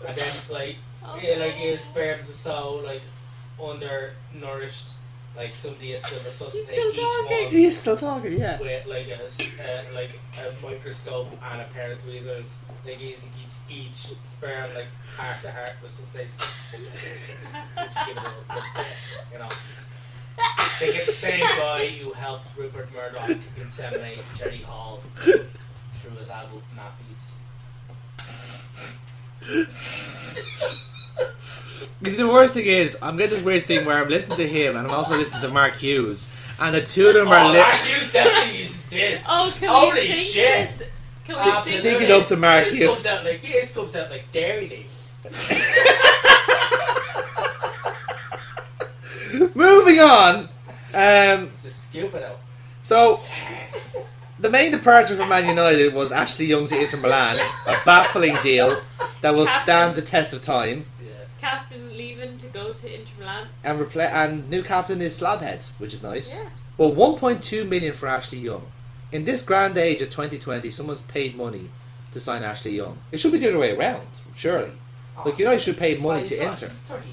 And then like yeah, like his sperms are so like undernourished, like somebody has to resuscitate
still
each
talking.
one
He's still talking. Yeah.
with like a s- uh, like a microscope and a pair of tweezers. Like he's each each sperm like heart to heart resuscitation. Give it a little bit, you know. They get the same guy who helped Rupert Murdoch inseminate Jerry Hall through his album Nappies.
Because the worst thing is, I'm getting this weird thing where I'm listening to him and I'm also listening to Mark Hughes, and the two of them are
Oh,
li-
Mark Hughes definitely uses this.
*laughs* Oh, can
Holy
we sing
shit.
this? Can
Absolutely.
we sing
Sing it
this?
up to Mark
His
Hughes.
comes out like his comes out like Dairy Day.
Moving on. Um,
It's a scoop it out.
so the main departure from Man United was Ashley Young to Inter Milan, a baffling deal that will stand the test of time.
Yeah.
Captain leaving to go to Inter Milan.
And repla- and new captain is Slabhead, which is nice.
Yeah.
Well, 1.2 million for Ashley Young. In this grand age of 2020, someone's paid money to sign Ashley Young. It should be the other way around, surely. Like you know, you should pay money
Oh, he's
to
not-
Inter.
He's 30,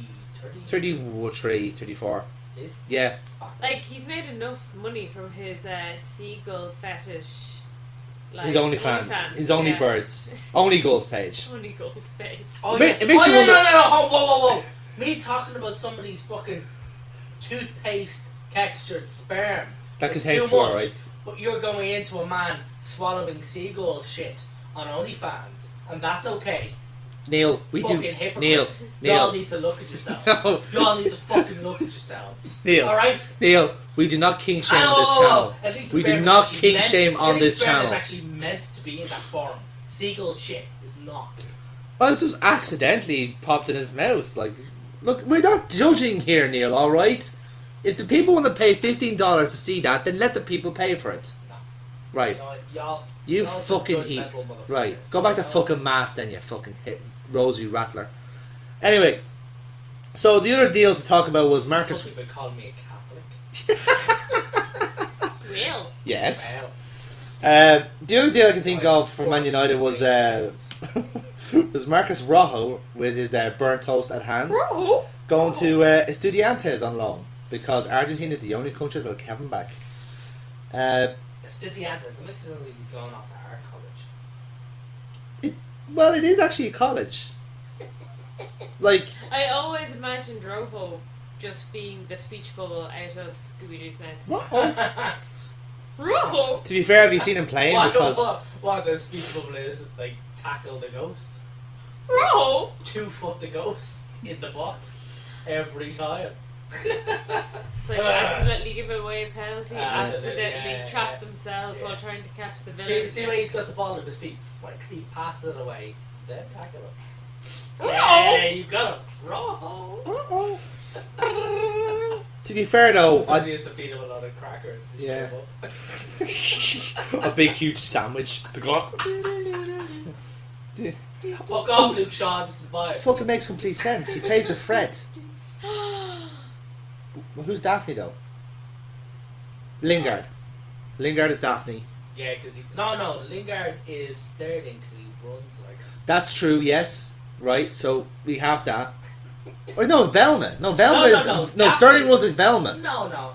30.
33, 34.
Is
Yeah.
Like he's made enough money from his uh, seagull fetish. Like,
his only fan.
OnlyFans,
His only
yeah.
birds. Only goals page.
Only goals page.
oh,
Ma-
yeah.
it makes
oh,
you
no,
wonder-
No, no, no, Hold- whoa, whoa, whoa. Me talking about somebody's fucking toothpaste textured sperm.
That
It's
contains
too
four,
much.
right?
But you're going into a man swallowing seagull shit on OnlyFans, and that's okay.
Neil, we
fucking
do. Neil,
hypocrites. Y'all
Neil,
need to look at yourselves.
*laughs* No.
Y'all need to fucking look at yourselves.
Neil.
All right.
Neil, we do not king shame on this
Oh,
channel.
At least
We do
sperm is
not
actually
king
meant-
shame on
at least
this
sperm
channel.
is actually meant to be in that form. Seagull shit is not.
Well, this was accidentally popped in his mouth. Like, look, we're not judging here, Neil. All right. If the people want to pay fifteen dollars to see that, then let the people pay for it.
No.
Right.
Y'all, y'all,
You
y'all are
fucking
judgmental
heat.
motherfuckers.
Right. Go back to
Y'all-
fucking mass then, you fucking hit rosy rattler. Anyway, so the other deal to talk about was
Some
Marcus.
people call me a Catholic.
Real.
Yes.
Well,
Uh, the other deal I can think
I-
of for Man United was uh, was Marcus Rojo with his uh, burnt toast at hand going to uh, Estudiantes on loan because Argentina is the only country that'll have him back. Uh,
Estudiantes. I'm accidentally he's going off to our college.
well, it is actually a college. Like,
I always imagined Robo just being the speech bubble out of Scooby Doo's mouth.
Rojo.
*laughs*
Robo.
To be fair, have you seen him playing?
Why,
because
why, why the speech bubble is like tackle the ghost,
*laughs* Robo.
two foot the ghost in the box every time.
It's like accidentally give away a penalty,
Ah. Absolutely,
accidentally
yeah, yeah,
trap
yeah.
themselves
Yeah.
while trying to catch the
See,
villain.
see where he's got the ball at his feet. Like he passes it away, then tackle him.
Rojo.
Yeah, you got him. Rojo.
to be fair though,
Somebody
I, *laughs*
used to feed him a lot of crackers. to
Yeah.
shove up.
a big huge sandwich. The gla-
Fuck off, Luke Shaw. This is mine.
fucking makes complete sense. He plays with Fred. Well, who's Daphne though? Lingard. Lingard is Daphne.
Yeah, because he. No, no. Lingard is Sterling. 'cause He runs like.
That's true. Yes. Right. So we have that. Or no, Velma. No, Velma
No, no,
is
no,
no,
Daphne.
Sterling runs with Velma.
No, no.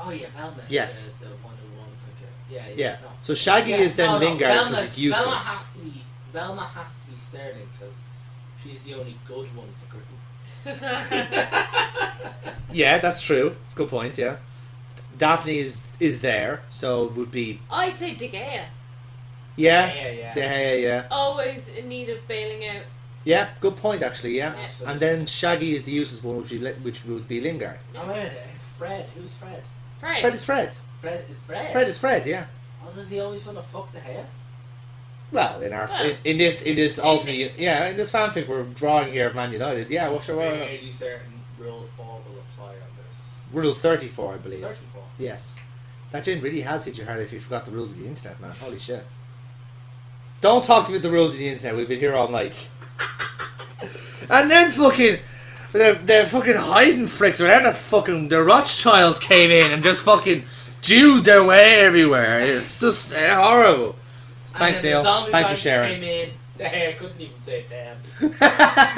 Oh yeah, Velma. is
Yes.
The, the one who runs like. A, yeah, yeah.
Yeah.
no.
So Shaggy
Yeah,
is then
no, no,
Lingard because
Velma's-
it's
Velma
useless.
has to be. Velma has to be Sterling because
he's the only good one of the group.
Yeah, that's true. It's a good point. Yeah, Daphne is is there, so it would be
*laughs* I'd say De Gea.
yeah,
yeah, yeah.
yeah, yeah, yeah,
Always in need of bailing out.
yeah. Good point, actually. Yeah,
Absolutely.
and then Shaggy is the useless one, which would be, which would be Lingard.
Oh, wait a minute. Fred, who's Fred?
Fred.
Fred is Fred.
Fred is Fred.
Fred is Fred. Yeah.
Oh, does he always want to fuck the hair?
Well, in our
Well.
in, in this in this alternate yeah in this fanfic we're drawing here of Man United. Yeah, what's your well,
Fairly certain rule four will apply on this.
rule thirty four, I believe.
Thirty-four.
Yes. That gin really has hit you hard if you forgot the rules of the internet, man. Holy shit. Don't talk to me about the rules of the internet. We've been here all
*laughs*
night. and then fucking. The, the fucking Haydn fricks, whatever the fucking. The Rothschilds came in and just fucking Jewed their way everywhere. It's just uh, horrible.
And
Thanks,
then the
Neil.
zombie
Thanks for
bunch
sharing.
Came in. *laughs* The hair couldn't even save them.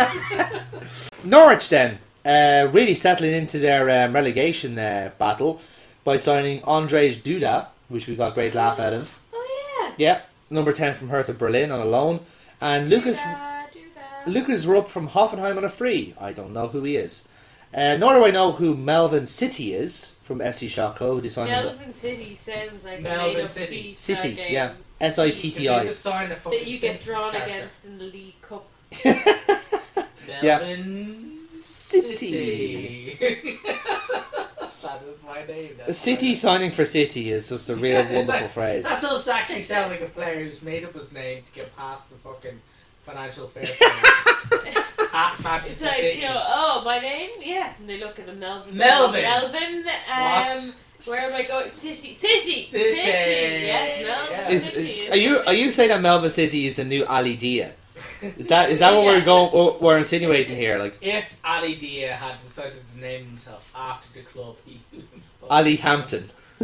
*laughs* Norwich then uh, really settling into their um, relegation uh, battle by signing Andres Duda, which we got a great laugh out of.
Oh
Yeah, number ten from Hertha Berlin on a loan, and
yeah.
Lucas
Da, do that.
Lucas Rupp from Hoffenheim on a free. I don't know who he is, uh, nor do I know who Melvin City is from FC Schalke, who designed him.
Melvin City sounds like
Melbourne
a made up
City.
FIFA
City,
game
yeah. S I T
If
E T
you
I.
just sign a fucking
that you get
Simpsons
drawn
character.
against in the League Cup.
Yeah.
Melvin
City.
City. *laughs* that is my name. That's
*laughs* City signing for City is just a real
Yeah, it's
wonderful
like-
phrase.
That does actually sound like a player who's made up his name to get past the fucking financial fair. play.
*laughs*
Half matches
It's
to
like,
City.
you know, oh, my name? Yes. And they look at the Melvin.
Melvin.
Melvin.
What?
Um, where am I going? City. City. City. Yes, Melvin.
Yeah.
Is,
City
is, are you are you saying that Melvin City is the new Ali Dia? Is that is that what we're
Yeah.
going what we're insinuating here? Like
*laughs* If Ali Dia had decided to name himself after the club, he wouldn't fuck
Ali Hampton, *laughs*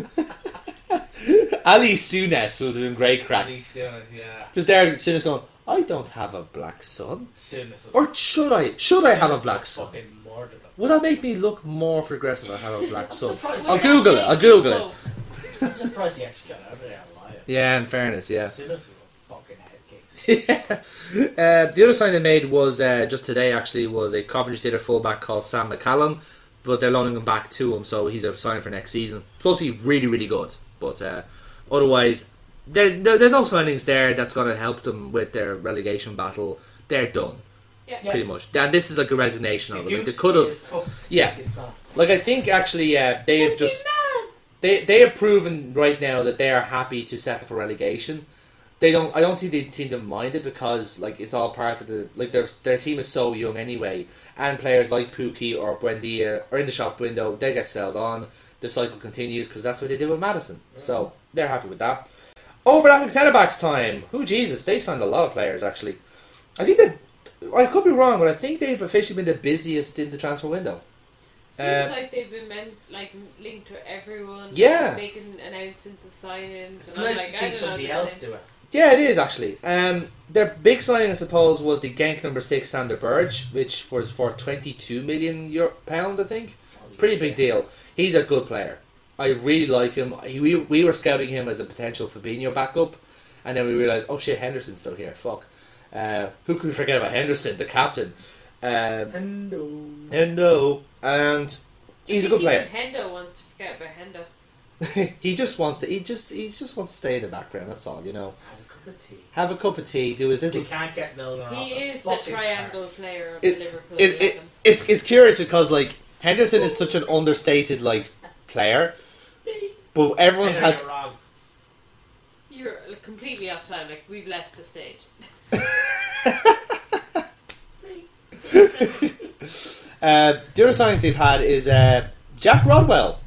Ali Sunes would have been great crack.
Ali soon, yeah.
Just there, Sunes going, I don't have a black son.
Soon as
Or should I? Should I have a black son?
Fucking murdered him.
Would that make me look more progressive if I have a black son?
surprised
I'll
he-
Google it. I'll Google it.
I'm surprised he actually got out of there alive.
Yeah, in fairness, yeah.
Soon as we were fucking headcakes.
Uh, the other sign they made was uh, just today. Actually, was a Coventry City fullback called Sam McCallum, but they're loaning him back to him, so he's a sign for next season. Supposed to be really, really good, but uh, otherwise, there, there- there's no signings there that's going to help them with their relegation battle. They're done,
Yeah.
pretty much. And this is like a resignation of them. Like, they
Goose
could have,
is cooked.
Yeah.
It's not.
like I think actually, uh, they have just they they have proven right now that they are happy to settle for relegation. They don't. I don't see the team to mind it because like it's all part of the like their their team is so young anyway, and players like Pookie or Buendia are in the shop window. They get sold on. The cycle continues because that's what they did with Madison. So they're happy with that. Overlapping centre backs time. Who Jesus? They signed a lot of players actually. I think they. I could be wrong, but I think they've officially been the busiest in the transfer window.
Seems
Uh,
like they've been meant, like linked to everyone.
Yeah.
making announcements of sign-ins.
It's
and
nice
I'm like,
to
I
see
don't
somebody
know,
else
this
do it.
Yeah, it is actually. Um, their big signing, I suppose, was the Genk number six Sander Burge, which was for twenty two million euro pounds, I think. Pretty big deal. He's a good player. I really like him. He, we we were scouting him as a potential Fabinho backup, and then we realized, oh shit, Henderson's still here. Fuck. Uh, who could we forget about Henderson, the captain? Um,
Hello.
Hendo, and he's a good player. *laughs*
I think even Hendo wants to forget about Hendo.
he just wants to. He just he just wants to stay in the background. That's all, you know.
Have a cup of tea.
Have a cup of tea, do his
We
little
can't get Milner off
He
a
is the
fucking
triangle
cart.
player of
It-
Liverpool.
it, it,
eleven.
it's it's curious because like Henderson is such an understated like player, but everyone
I know
has *laughs*
you're wrong.
You're like, completely off time. Like we've left the stage.
uh, the other signings they've had is uh, Jack Rodwell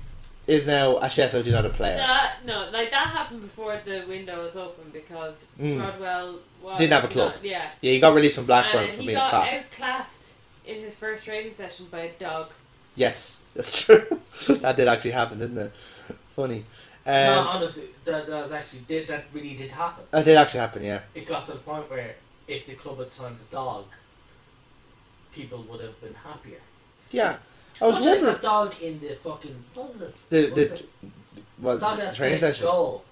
is now a Sheffield United player.
That no, like that happened before the window was open because
Mm.
Rodwell was
Didn't have a club.
not- yeah,
Yeah, he got released from Blackburn
and
for
Uh, he
being
got
fat.
outclassed in his first training session by a dog.
Yes, that's true. *laughs* that did actually happen, didn't it? Funny.
no,
Um,
honestly, that, that was actually did that really did happen.
that did actually happen. Yeah.
It got to the point where if the club had signed the dog, people would have been happier.
Yeah. I was
Much like
wondering
the dog in the fucking what was it?
the
What was
the
it?
well,
dog that
training
said
session.
Goal.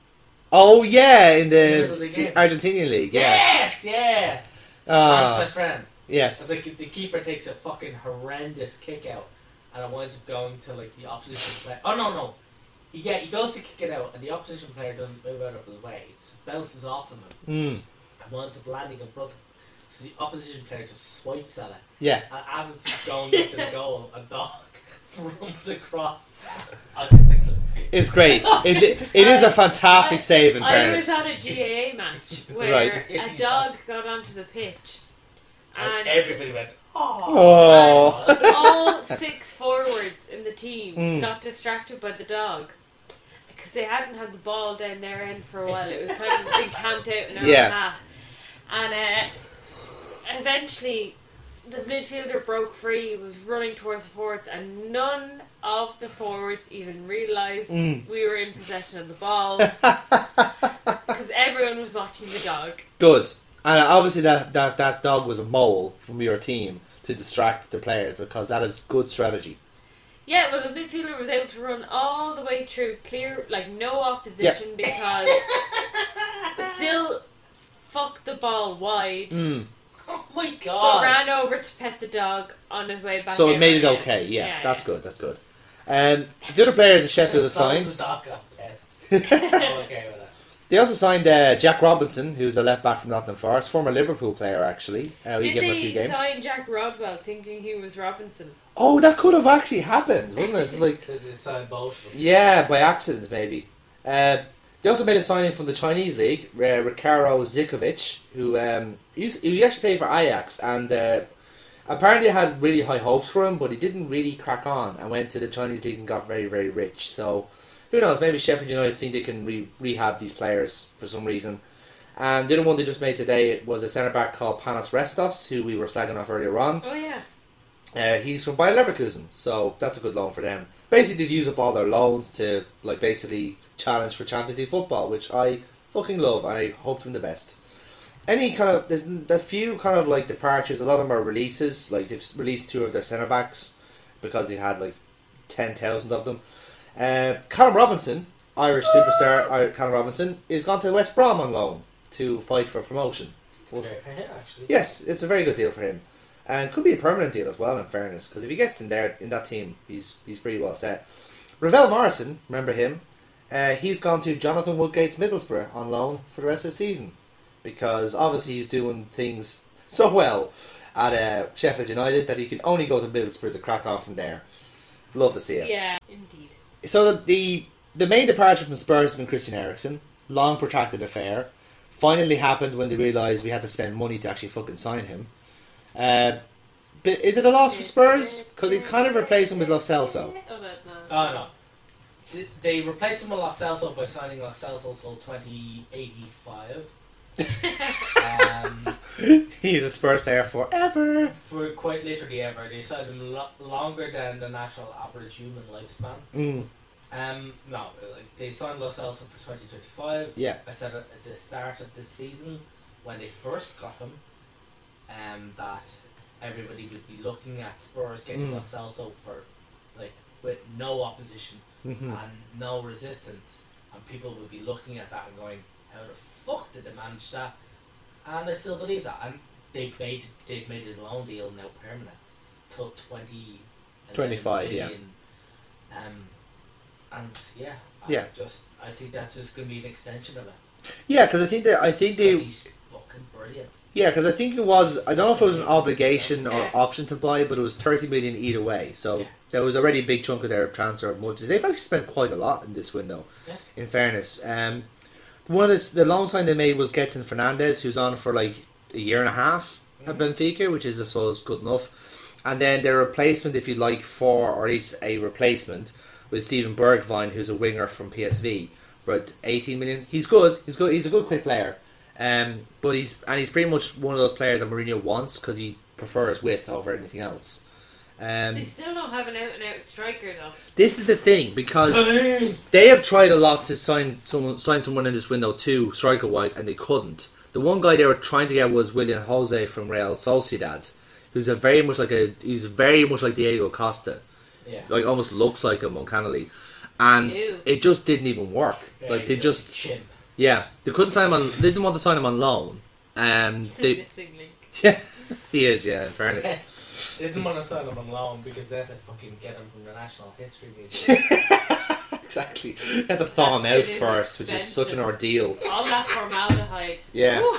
Oh yeah, in
middle
the,
of the game.
Argentinian league. Yeah.
Yes, yeah.
Ah.
My best friend.
Yes.
So the, the keeper takes a fucking horrendous kick out, and it winds up going to like the opposition player. Oh no no, yeah, he goes to kick it out, and the opposition player doesn't move out of his way. So it bounces off of him
Mm.
and winds up landing in front. of him. So the opposition player just swipes at it,
Yeah.
and as it's going to the goal, a dog *laughs* runs across. I'll get the clip here.
It's great. It, it, it is a fantastic save, in
I was
fairness.
at a GAA
*laughs*
match where
Right.
a dog got onto the pitch, and
And everybody went, oh.
Oh.
and *laughs* all six forwards in the team
Mm.
got distracted by the dog because they hadn't had the ball down their end for a while. It was kind of been camped out an hour
Yeah.
and a half, and uh, eventually the midfielder broke free, was running towards the forwards, and none of the forwards even realised
Mm.
we were in possession of the ball because everyone was watching the dog.
Good. And obviously that, that, that dog was a mole from your team to distract the players because that is good strategy.
Yeah, well, the midfielder was able to run all the way through, clear, like no opposition because
*laughs*
still fucked the ball wide,
Mm.
*laughs* oh my
but
god.
ran over to pet the dog on his way back.
So it
out
made it
again.
okay. Yeah,
Yeah,
that's
yeah.
good. That's good. Um, the other players that Sheffield have
Sounds
signed.
dark
*laughs*
up, it's- I'm okay with that.
They also signed uh, Jack Robinson, who's a left back from Nottingham Forest, former Liverpool player actually. Uh, we
Did
gave him a few
they
games.
sign Jack Rodwell thinking he was Robinson?
Oh, that could have actually happened, wasn't it? It's like
They decided both of them.
Yeah, by accident, maybe. Uh, they also made a signing from the Chinese league, uh, Ricardo Zikovic, who um, he used- he actually played for Ajax, and uh, apparently had really high hopes for him, but he didn't really crack on and went to the Chinese league and got very, very rich. So who knows? Maybe Sheffield United think they can re- rehab these players for some reason. And the other one they just made today was a centre back called Panos Restos, who we were slagging off earlier on.
Oh yeah,
Uh, he's from Bayer Leverkusen, so that's a good loan for them. Basically, they've used up all their loans to like basically challenge for Champions League football, which I fucking love, and I hope them the best. Any kind of there's n- a few kind of like departures. A lot of them are releases. Like they've s- released two of their centre backs because they had like ten thousand of them. Uh, Callum Robinson, Irish superstar, Ir- Callum Robinson, is gone to West Brom on loan to fight for promotion.
It's great for him, actually.
Yes, it's a very good deal for him, and could be a permanent deal as well. In fairness, because if he gets in there in that team, he's he's pretty well set. Ravel Morrison, remember him? Uh, he's gone to Jonathan Woodgate's Middlesbrough on loan for the rest of the season, because obviously he's doing things *laughs* so well at uh, Sheffield United that he can only go to Middlesbrough to crack on from there. Love to see
yeah,
it.
indeed.
So the the main departure from Spurs has been Christian Eriksen. Long protracted affair. Finally happened when they realised we had to spend money to actually fucking sign him. Uh, but is it a loss for Spurs? Because it kind of replaced him with Lo Celso. Um,
Oh, but no.
Oh no. Th- They replaced him with Los Celso by signing Los Celso till
*laughs*
2085. um,
He's a Spurs player forever.
for quite literally ever. They signed him lo- longer than the natural average human lifespan.
Mm.
Um, no, like, they signed Los Celso for 2035.
Yeah.
I said at at the start of this season, when they first got him, um, that everybody would be looking at Spurs getting
Mm.
Los Celso for, like, with no opposition
hmm
and no resistance, and people would be looking at that and going, "How the fuck did they manage that?" And I still believe that, and they've made they've made his loan deal now permanent till twenty.
25, yeah.
Um, and yeah,
Yeah.
I just I think that's just gonna be an extension of it.
Yeah, because I think that I think
'Cause
they
he's fucking brilliant.
yeah because I think it was I don't know if it was an obligation or option to buy, but it was thirty million either way. So
Yeah.
there was already a big chunk of their transfer budget. They've actually spent quite a lot in this window.
Yeah.
in fairness. Um, one of the, the loan sign they made was Getson Fernandez, who's on for like a year and a half at
Mm-hmm.
Benfica, which is I suppose good enough. And then their replacement, if you like, for or at least a replacement, was Steven Bergvine, who's a winger from PSV. But eighteen million, he's good. He's good. He's a good quick player. Um, but he's and he's pretty much one of those players that Mourinho wants because he prefers width over anything else. Um,
They still don't have an out and out striker though.
this is the thing because
*laughs*
they have tried a lot to sign someone sign someone in this window too, striker wise, and they couldn't. The one guy they were trying to get was William Jose from Real Sociedad, who's a very much like a he's very much like Diego Costa,
Yeah.
like almost looks like him uncannily, and
Ew.
it just didn't even work.
Yeah,
Like they
he's a
just
chimp.
yeah they couldn't sign him on. They didn't want to sign him on loan. Um,
It's a
they
missing link.
yeah He is, yeah, in fairness.
They didn't want to sell him on loan because they had to fucking get him from the National History
*laughs*
Museum.
exactly. He had to thaw him
That
out
shit is
first, which is such an
expensive.
ordeal.
All that formaldehyde.
Yeah.
Woo.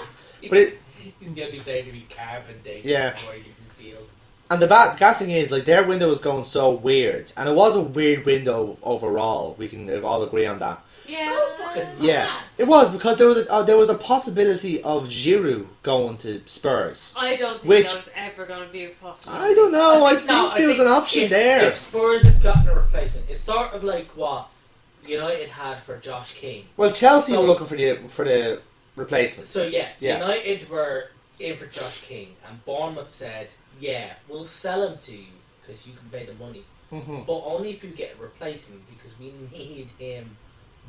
But it,
He's the only player to be carbon dated
Yeah.
before you can field.
and the bad, bad thing is, like, their window was going so weird. And it was a weird window overall. We can uh, all agree on that.
yeah.
So fucking
Yeah, it was because there was a, uh, there was a possibility of Giroud going to Spurs.
I don't think
Which-
that was ever going to be possible.
I don't know. Oh, I think,
No,
there was an option
if,
there.
If Spurs had gotten a replacement, it's sort of like what United had for Josh King.
well, Chelsea were
So-
looking for the for the replacement.
So yeah,
Yeah.
United were in for Josh King, and Bournemouth said, "Yeah, we'll sell him to you because you can pay the money,
hmm
but only if you get a replacement because we *laughs* need him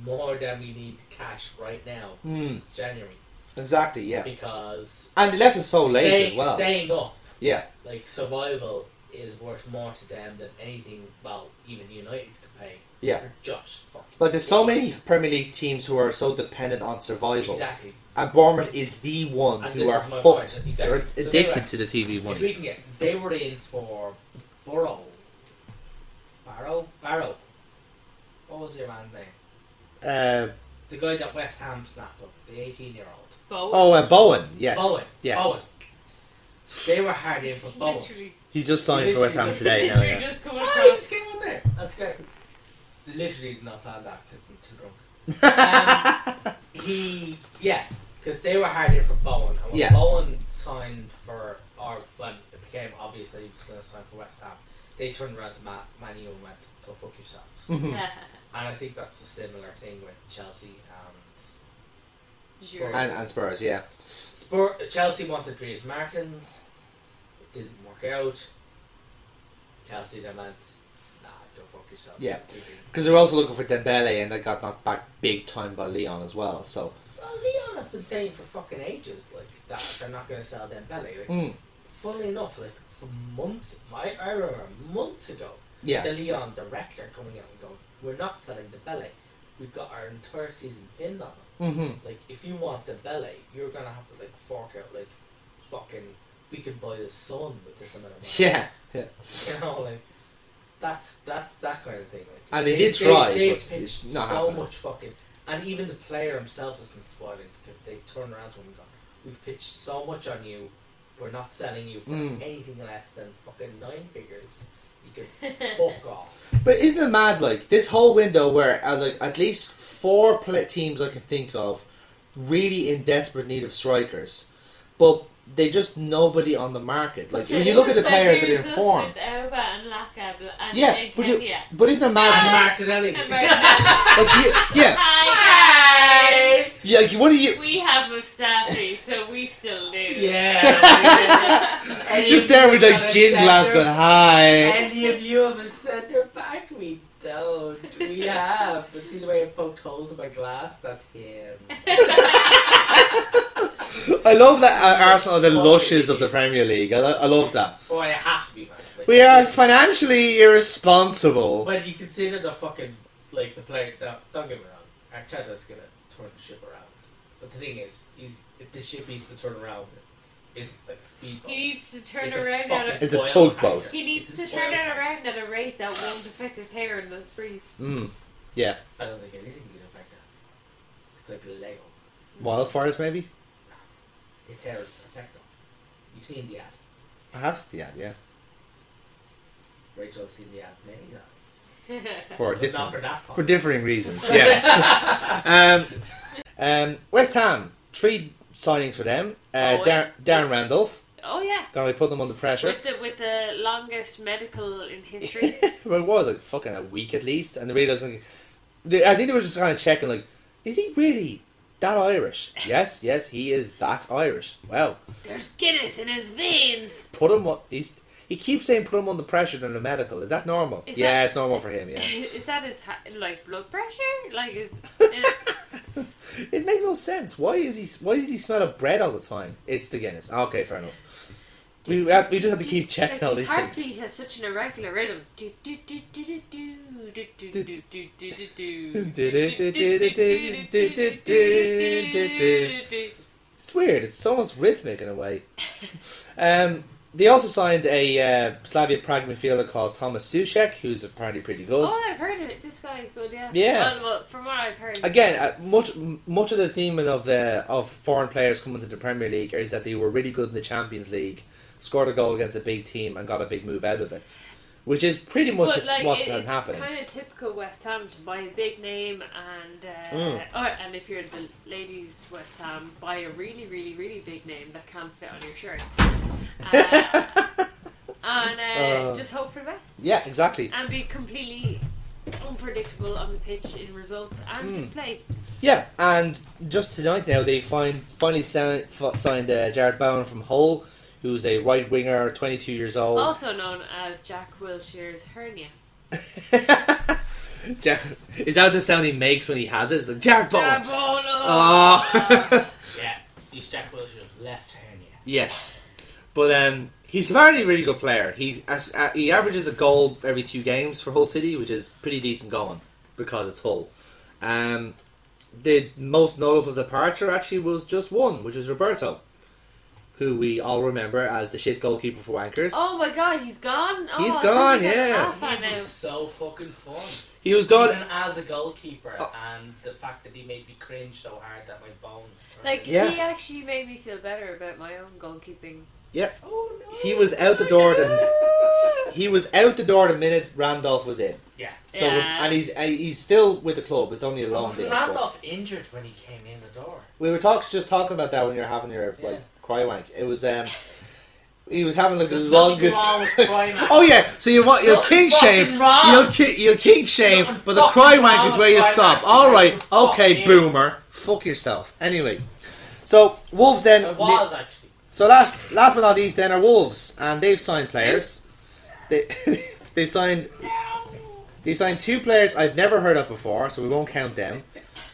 more than we need cash right now,
Mm,
January,
exactly. Yeah,
because
and they left us so late
stay-
as well.
staying up,
Yeah,
like survival, is worth more to them than anything. Well, even United could pay
Yeah.
for Josh. fucking
but there's so
King.
many Premier League teams who are so dependent on survival,
Exactly.
and Bournemouth is the one
And
who
this
are
is my
hooked.
point, exactly.
They're
So they
addicted
were-
to the TV
If
money.
we can get, they were in for Burrow. Barrow? Barrow. What was your man's name?
Uh,
The guy that West Ham snapped up, the 18 year old.
But
oh, uh, Bowen. Yes.
Bowen.
Yes.
Bowen. They were hard in for Bowen.
literally,
He's just signed for West Ham
*laughs*
today. Now,
literally
yeah.
just coming
Oh,
across.
just
*laughs*
came out there. That's great. Literally did not plan that because I'm too drunk. *laughs*
*laughs*
Um, he, yeah, because they were hired in for Bowen. And when
Yeah.
Bowen signed for, or when it became obvious that he was going to sign for West Ham, they turned around to Ma- Manu and went, go fuck yourselves.
Mhm.
And I think that's a similar thing with Chelsea and
*laughs* Sure.
And, and Spurs. Yeah.
Spur. Chelsea wanted Dries Martins. It didn't work out. Chelsea then went, nah, go fuck yourself.
Yeah. Because they're also looking for Dembele, and they got knocked back big time by Leon as well. So
Well, Leon have been saying for fucking ages like that they're not going to sell Dembele. Like,
mm,
Funnily enough, like for months, I, I remember months ago,
yeah,
the Leon director coming out and going, "We're not selling Dembele. We've got our entire season pinned on him.
mm-hmm.
Like, if you want the ballet, you're gonna have to like fork out like fucking we can buy the sun with this amount of money.
yeah,
*laughs* You know, like that's that's that kind of thing. Like,
And they did try,
They,
but
they've
it's
pitched
not
so
happening.
much fucking, and even the player himself isn't spoiling because they've turned around to him and gone, "We've pitched so much on you, we're not selling you for
Mm.
anything less than fucking nine figures. You can fuck off."
But isn't it mad? Like this whole window where uh, like at least four pla teams I can think of, really in desperate need of strikers, but they just nobody on the market. Like when you look at the players that are in form,
With Auba and Laka bl- and
yeah,
and
but you, *laughs*
Ketia.
but isn't it
And
mad?
Martinelli.
And
*laughs*
Martinelli.
like you, yeah,
Hi guys!
yeah, like what are you?
We have Mustafi, so we still lose.
Yeah.
Just there with like gin glass going hi.
Any of you have a centre back? We don't. We have. But see the way I poked holes in my glass? That's him.
I love that uh, Arsenal are the lushes of the Premier League. I, lo- I love that.
Oh, I have to be mad. Like,
We are financially irresponsible.
When you consider the fucking. Like, the player. Don't, don't get me wrong. Arteta's gonna turn the ship around. But the thing is, he's the ship needs to turn around. Isn't like a speedboat.
*laughs* He needs to turn
It's a
around
fucking
at
It's a
oil
tugboat.
tanker.
a, he needs
It's
to
an
turn
oil
it
tanker.
around at a rate that won't affect his hair in the breeze.
Mm.
I don't think anything can affect that. It's like a Lego.
Wildfires, maybe?
His hair is perfecto. You've seen the ad.
Perhaps, yeah, yeah.
Rachel's seen the ad many times.
For
But not for
different,
that
for
part.
differing reasons, yeah. *laughs* um, um, West Ham, three signings for them. Uh,
Oh,
Dar- Darren Randolph,
*laughs* oh yeah.
gonna be putting them under pressure. *laughs*
With the with the longest medical in history.
well, it was like fucking a week at least, and the readers, like, they- I think they were just kind of checking, like, is he really that Irish? Yes, yes, he is that Irish. Wow,
There's Guinness in his veins.
put him on. He's he keeps saying put him under pressure than the medical. Is that normal?
Is
yeah,
that-
it's normal for him. Yeah.
*laughs* Is that his ha- like blood pressure? Like *laughs* is it,
It makes no sense. Why is he? Why does he smell of bread all the time? It's the Guinness. Ah, Okay, fair enough. We have, we just have to keep checking
like,
all these
his heartbeat
things.
has such an irregular rhythm. Do, do, do, do, do, do, do, do, do, do, do, do, do, do, do, do, do, do, do, do, do, do, do.
It's weird. It's almost rhythmic in a way. Um, they also signed a uh, Slavia Prague midfielder called Thomas Suchek, who's apparently pretty good.
Oh, I've heard of it. This guy is good, yeah.
Yeah.
Well, well, from what I've heard.
Again, uh, much m- much of the theme of the of foreign players coming to the Premier League is that they were really good in the Champions League, scored a goal against a big team, and got a big move out of it, which is pretty much
but, like,
what's
it,
been
it's
happening.
kind of typical West Ham to buy a big name and uh,
Mm.
oh, and if you're the ladies West Ham, buy a really, really, really big name that can't fit on your shirt. *laughs* Uh,
*laughs*
and uh,
Uh.
just hope for the best
yeah, exactly.
and be completely unpredictable on the pitch in results and in
Mm.
play.
Yeah, and just tonight now they find, finally signed, signed uh, Jared Bowen from Hull, who's a right winger, 22 years old. *laughs*
Also known as Jack Wilshire's hernia.
Jar- is that the sound he makes when he has it? It's like Jared Bowen.
Jack Bowen,
*laughs* Oh.
Yeah, he's Jack Wilshire's left hernia.
yes, but um, he's apparently a really good player. He as- uh, he averages a goal every two games for Hull City, which is pretty decent going because it's Hull. Um, the most notable departure actually was just one, which was Roberto, who we all remember as the shit goalkeeper for Wankers.
Oh my god, he's gone? Oh,
He's
I thought
gone,
he got
yeah.
half on
He
him.
was so fucking fun.
He was
Even
gone.
as a goalkeeper,
Oh.
and the fact that he made me cringe so hard that my bones turned.
Like
Yeah.
he actually made me feel better about my own goalkeeping.
oh no.
He was out the door.
*laughs*
The, he was out the door the minute Randolph was in.
Yeah.
So
Yeah.
and he's and he's still with the club. It's only a long
Was
day.
Randolph injured when he came in the door?
We were talk, just talking about that when you were having your
Yeah.
like cry wank. It was um, he was having like the
There's nothing
longest.
wrong with
*laughs*
cry wank.
oh yeah, so you want your
Nothing
king shame,
fucking wrong.
your ki- your king shame,
Nothing
but the cry
fucking
wank
wrong
is
with
where you
cry
stop.
wanks.
All right,
Fucking
okay,
fuck
boomer, fuck yourself. Anyway, so Wolves
I
then.
was actually.
So last last but not least, then are Wolves, and they've signed players. They *laughs* they've signed they've signed two players I've never heard of before, so we won't count them.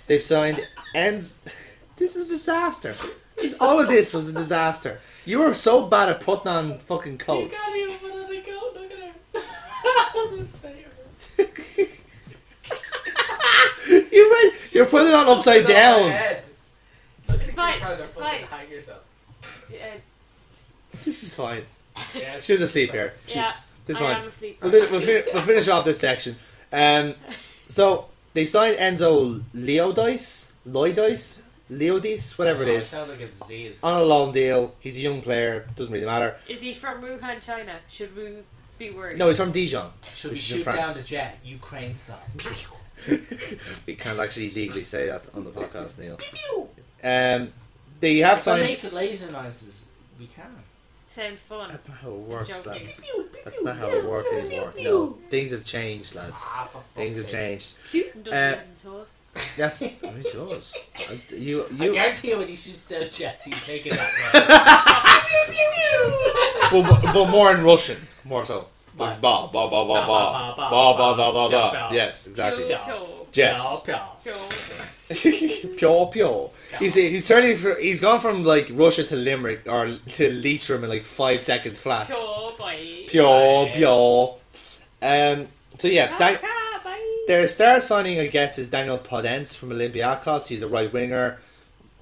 They've signed ends. *laughs* This is a disaster. This- All of this was a disaster. You were so bad at putting on fucking
You
coats. *laughs*
can't even put on a coat. Look at him. This thing.
You went, you're putting it on *laughs* upside
Look at my
down.
head. Looks
It's
like
fine,
you're trying to
it's
fucking
fine.
hang yourself.
*laughs* Yeah,
This is fine.
Yeah,
She was asleep here. She-
yeah
This
I
one.
am a sleeper.
We'll, fin- we'll, fin- we'll finish off this section. Um, so they signed Enzo Leodice, Leodice, Leodice, whatever it
Oh,
is, Oh,
sounds like a disease.
on a long deal. He's a young player. Doesn't really matter.
Is he from Wuhan, China? Should we be worried?
No, he's from Dijon. *laughs*
Should we
which is in
shoot down
France.
the jet, Ukraine style?
we can't actually legally say that on the podcast, Neil. Um, they
If
have
I
signed.
make laser noises, we can.
Sounds fun.
That's not how it works,
*laughs*
Joking.
lads. That's not how it works anymore. No, things have changed, lads.
Ah, for fuck's
Things have
sake.
changed.
Putin
Uh,
doesn't listen to us.
*laughs*
That's it does. You,
I
you.
guarantee you when he shoots down jets, he's making that
*laughs* but, but more in Russian, more so.
Ba-
Like ba ba ba ba ba
ba-
ba
ba- ba-
ba da da
ba-
da.
ba-
Yes, exactly.
Yeah.
Yo,
Yes.
No,
yo, yo.
*laughs* Pure, pure. He's he's turning. For, he's gone from like Russia to Limerick or to Leitrim in like five seconds flat.
Yo, bye.
Pure, pure. Um. So yeah, Dan-
Ah, bye.
their star signing, I guess, is Daniel Podence from Olympiacos. He's a right winger,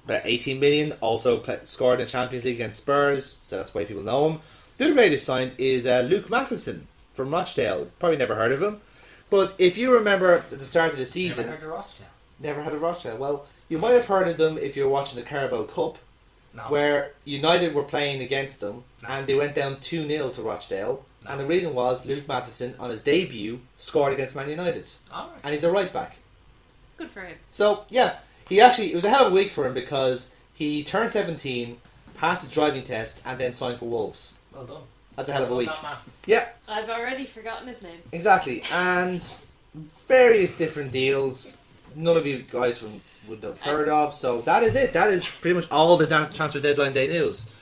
about 18 million. Also pla scored in the Champions League against Spurs, so that's why people know him. The other player they signed is uh, Luke Matheson from Rochdale. Probably never heard of him. But if you remember at the start of the season,
Never heard of Rochdale.
never heard of Rochdale. Well, you might have heard of them if you're watching the Carabao Cup
No.
where United were playing against them and they went down 2 0 to Rochdale. And the reason was Luke Matheson, on his debut, scored against Man United.
Alright.
And he's a right back.
Good for him.
So, yeah, he actually, it was a hell of a week for him because he turned 17, passed his driving test, and then signed for Wolves.
Well done.
That's a hell of a
Well
week.
done, man.
Yeah,
I've already forgotten his name.
exactly. And various different deals. None of you guys would have heard of. So that is it. That is pretty much all the da- transfer deadline day news.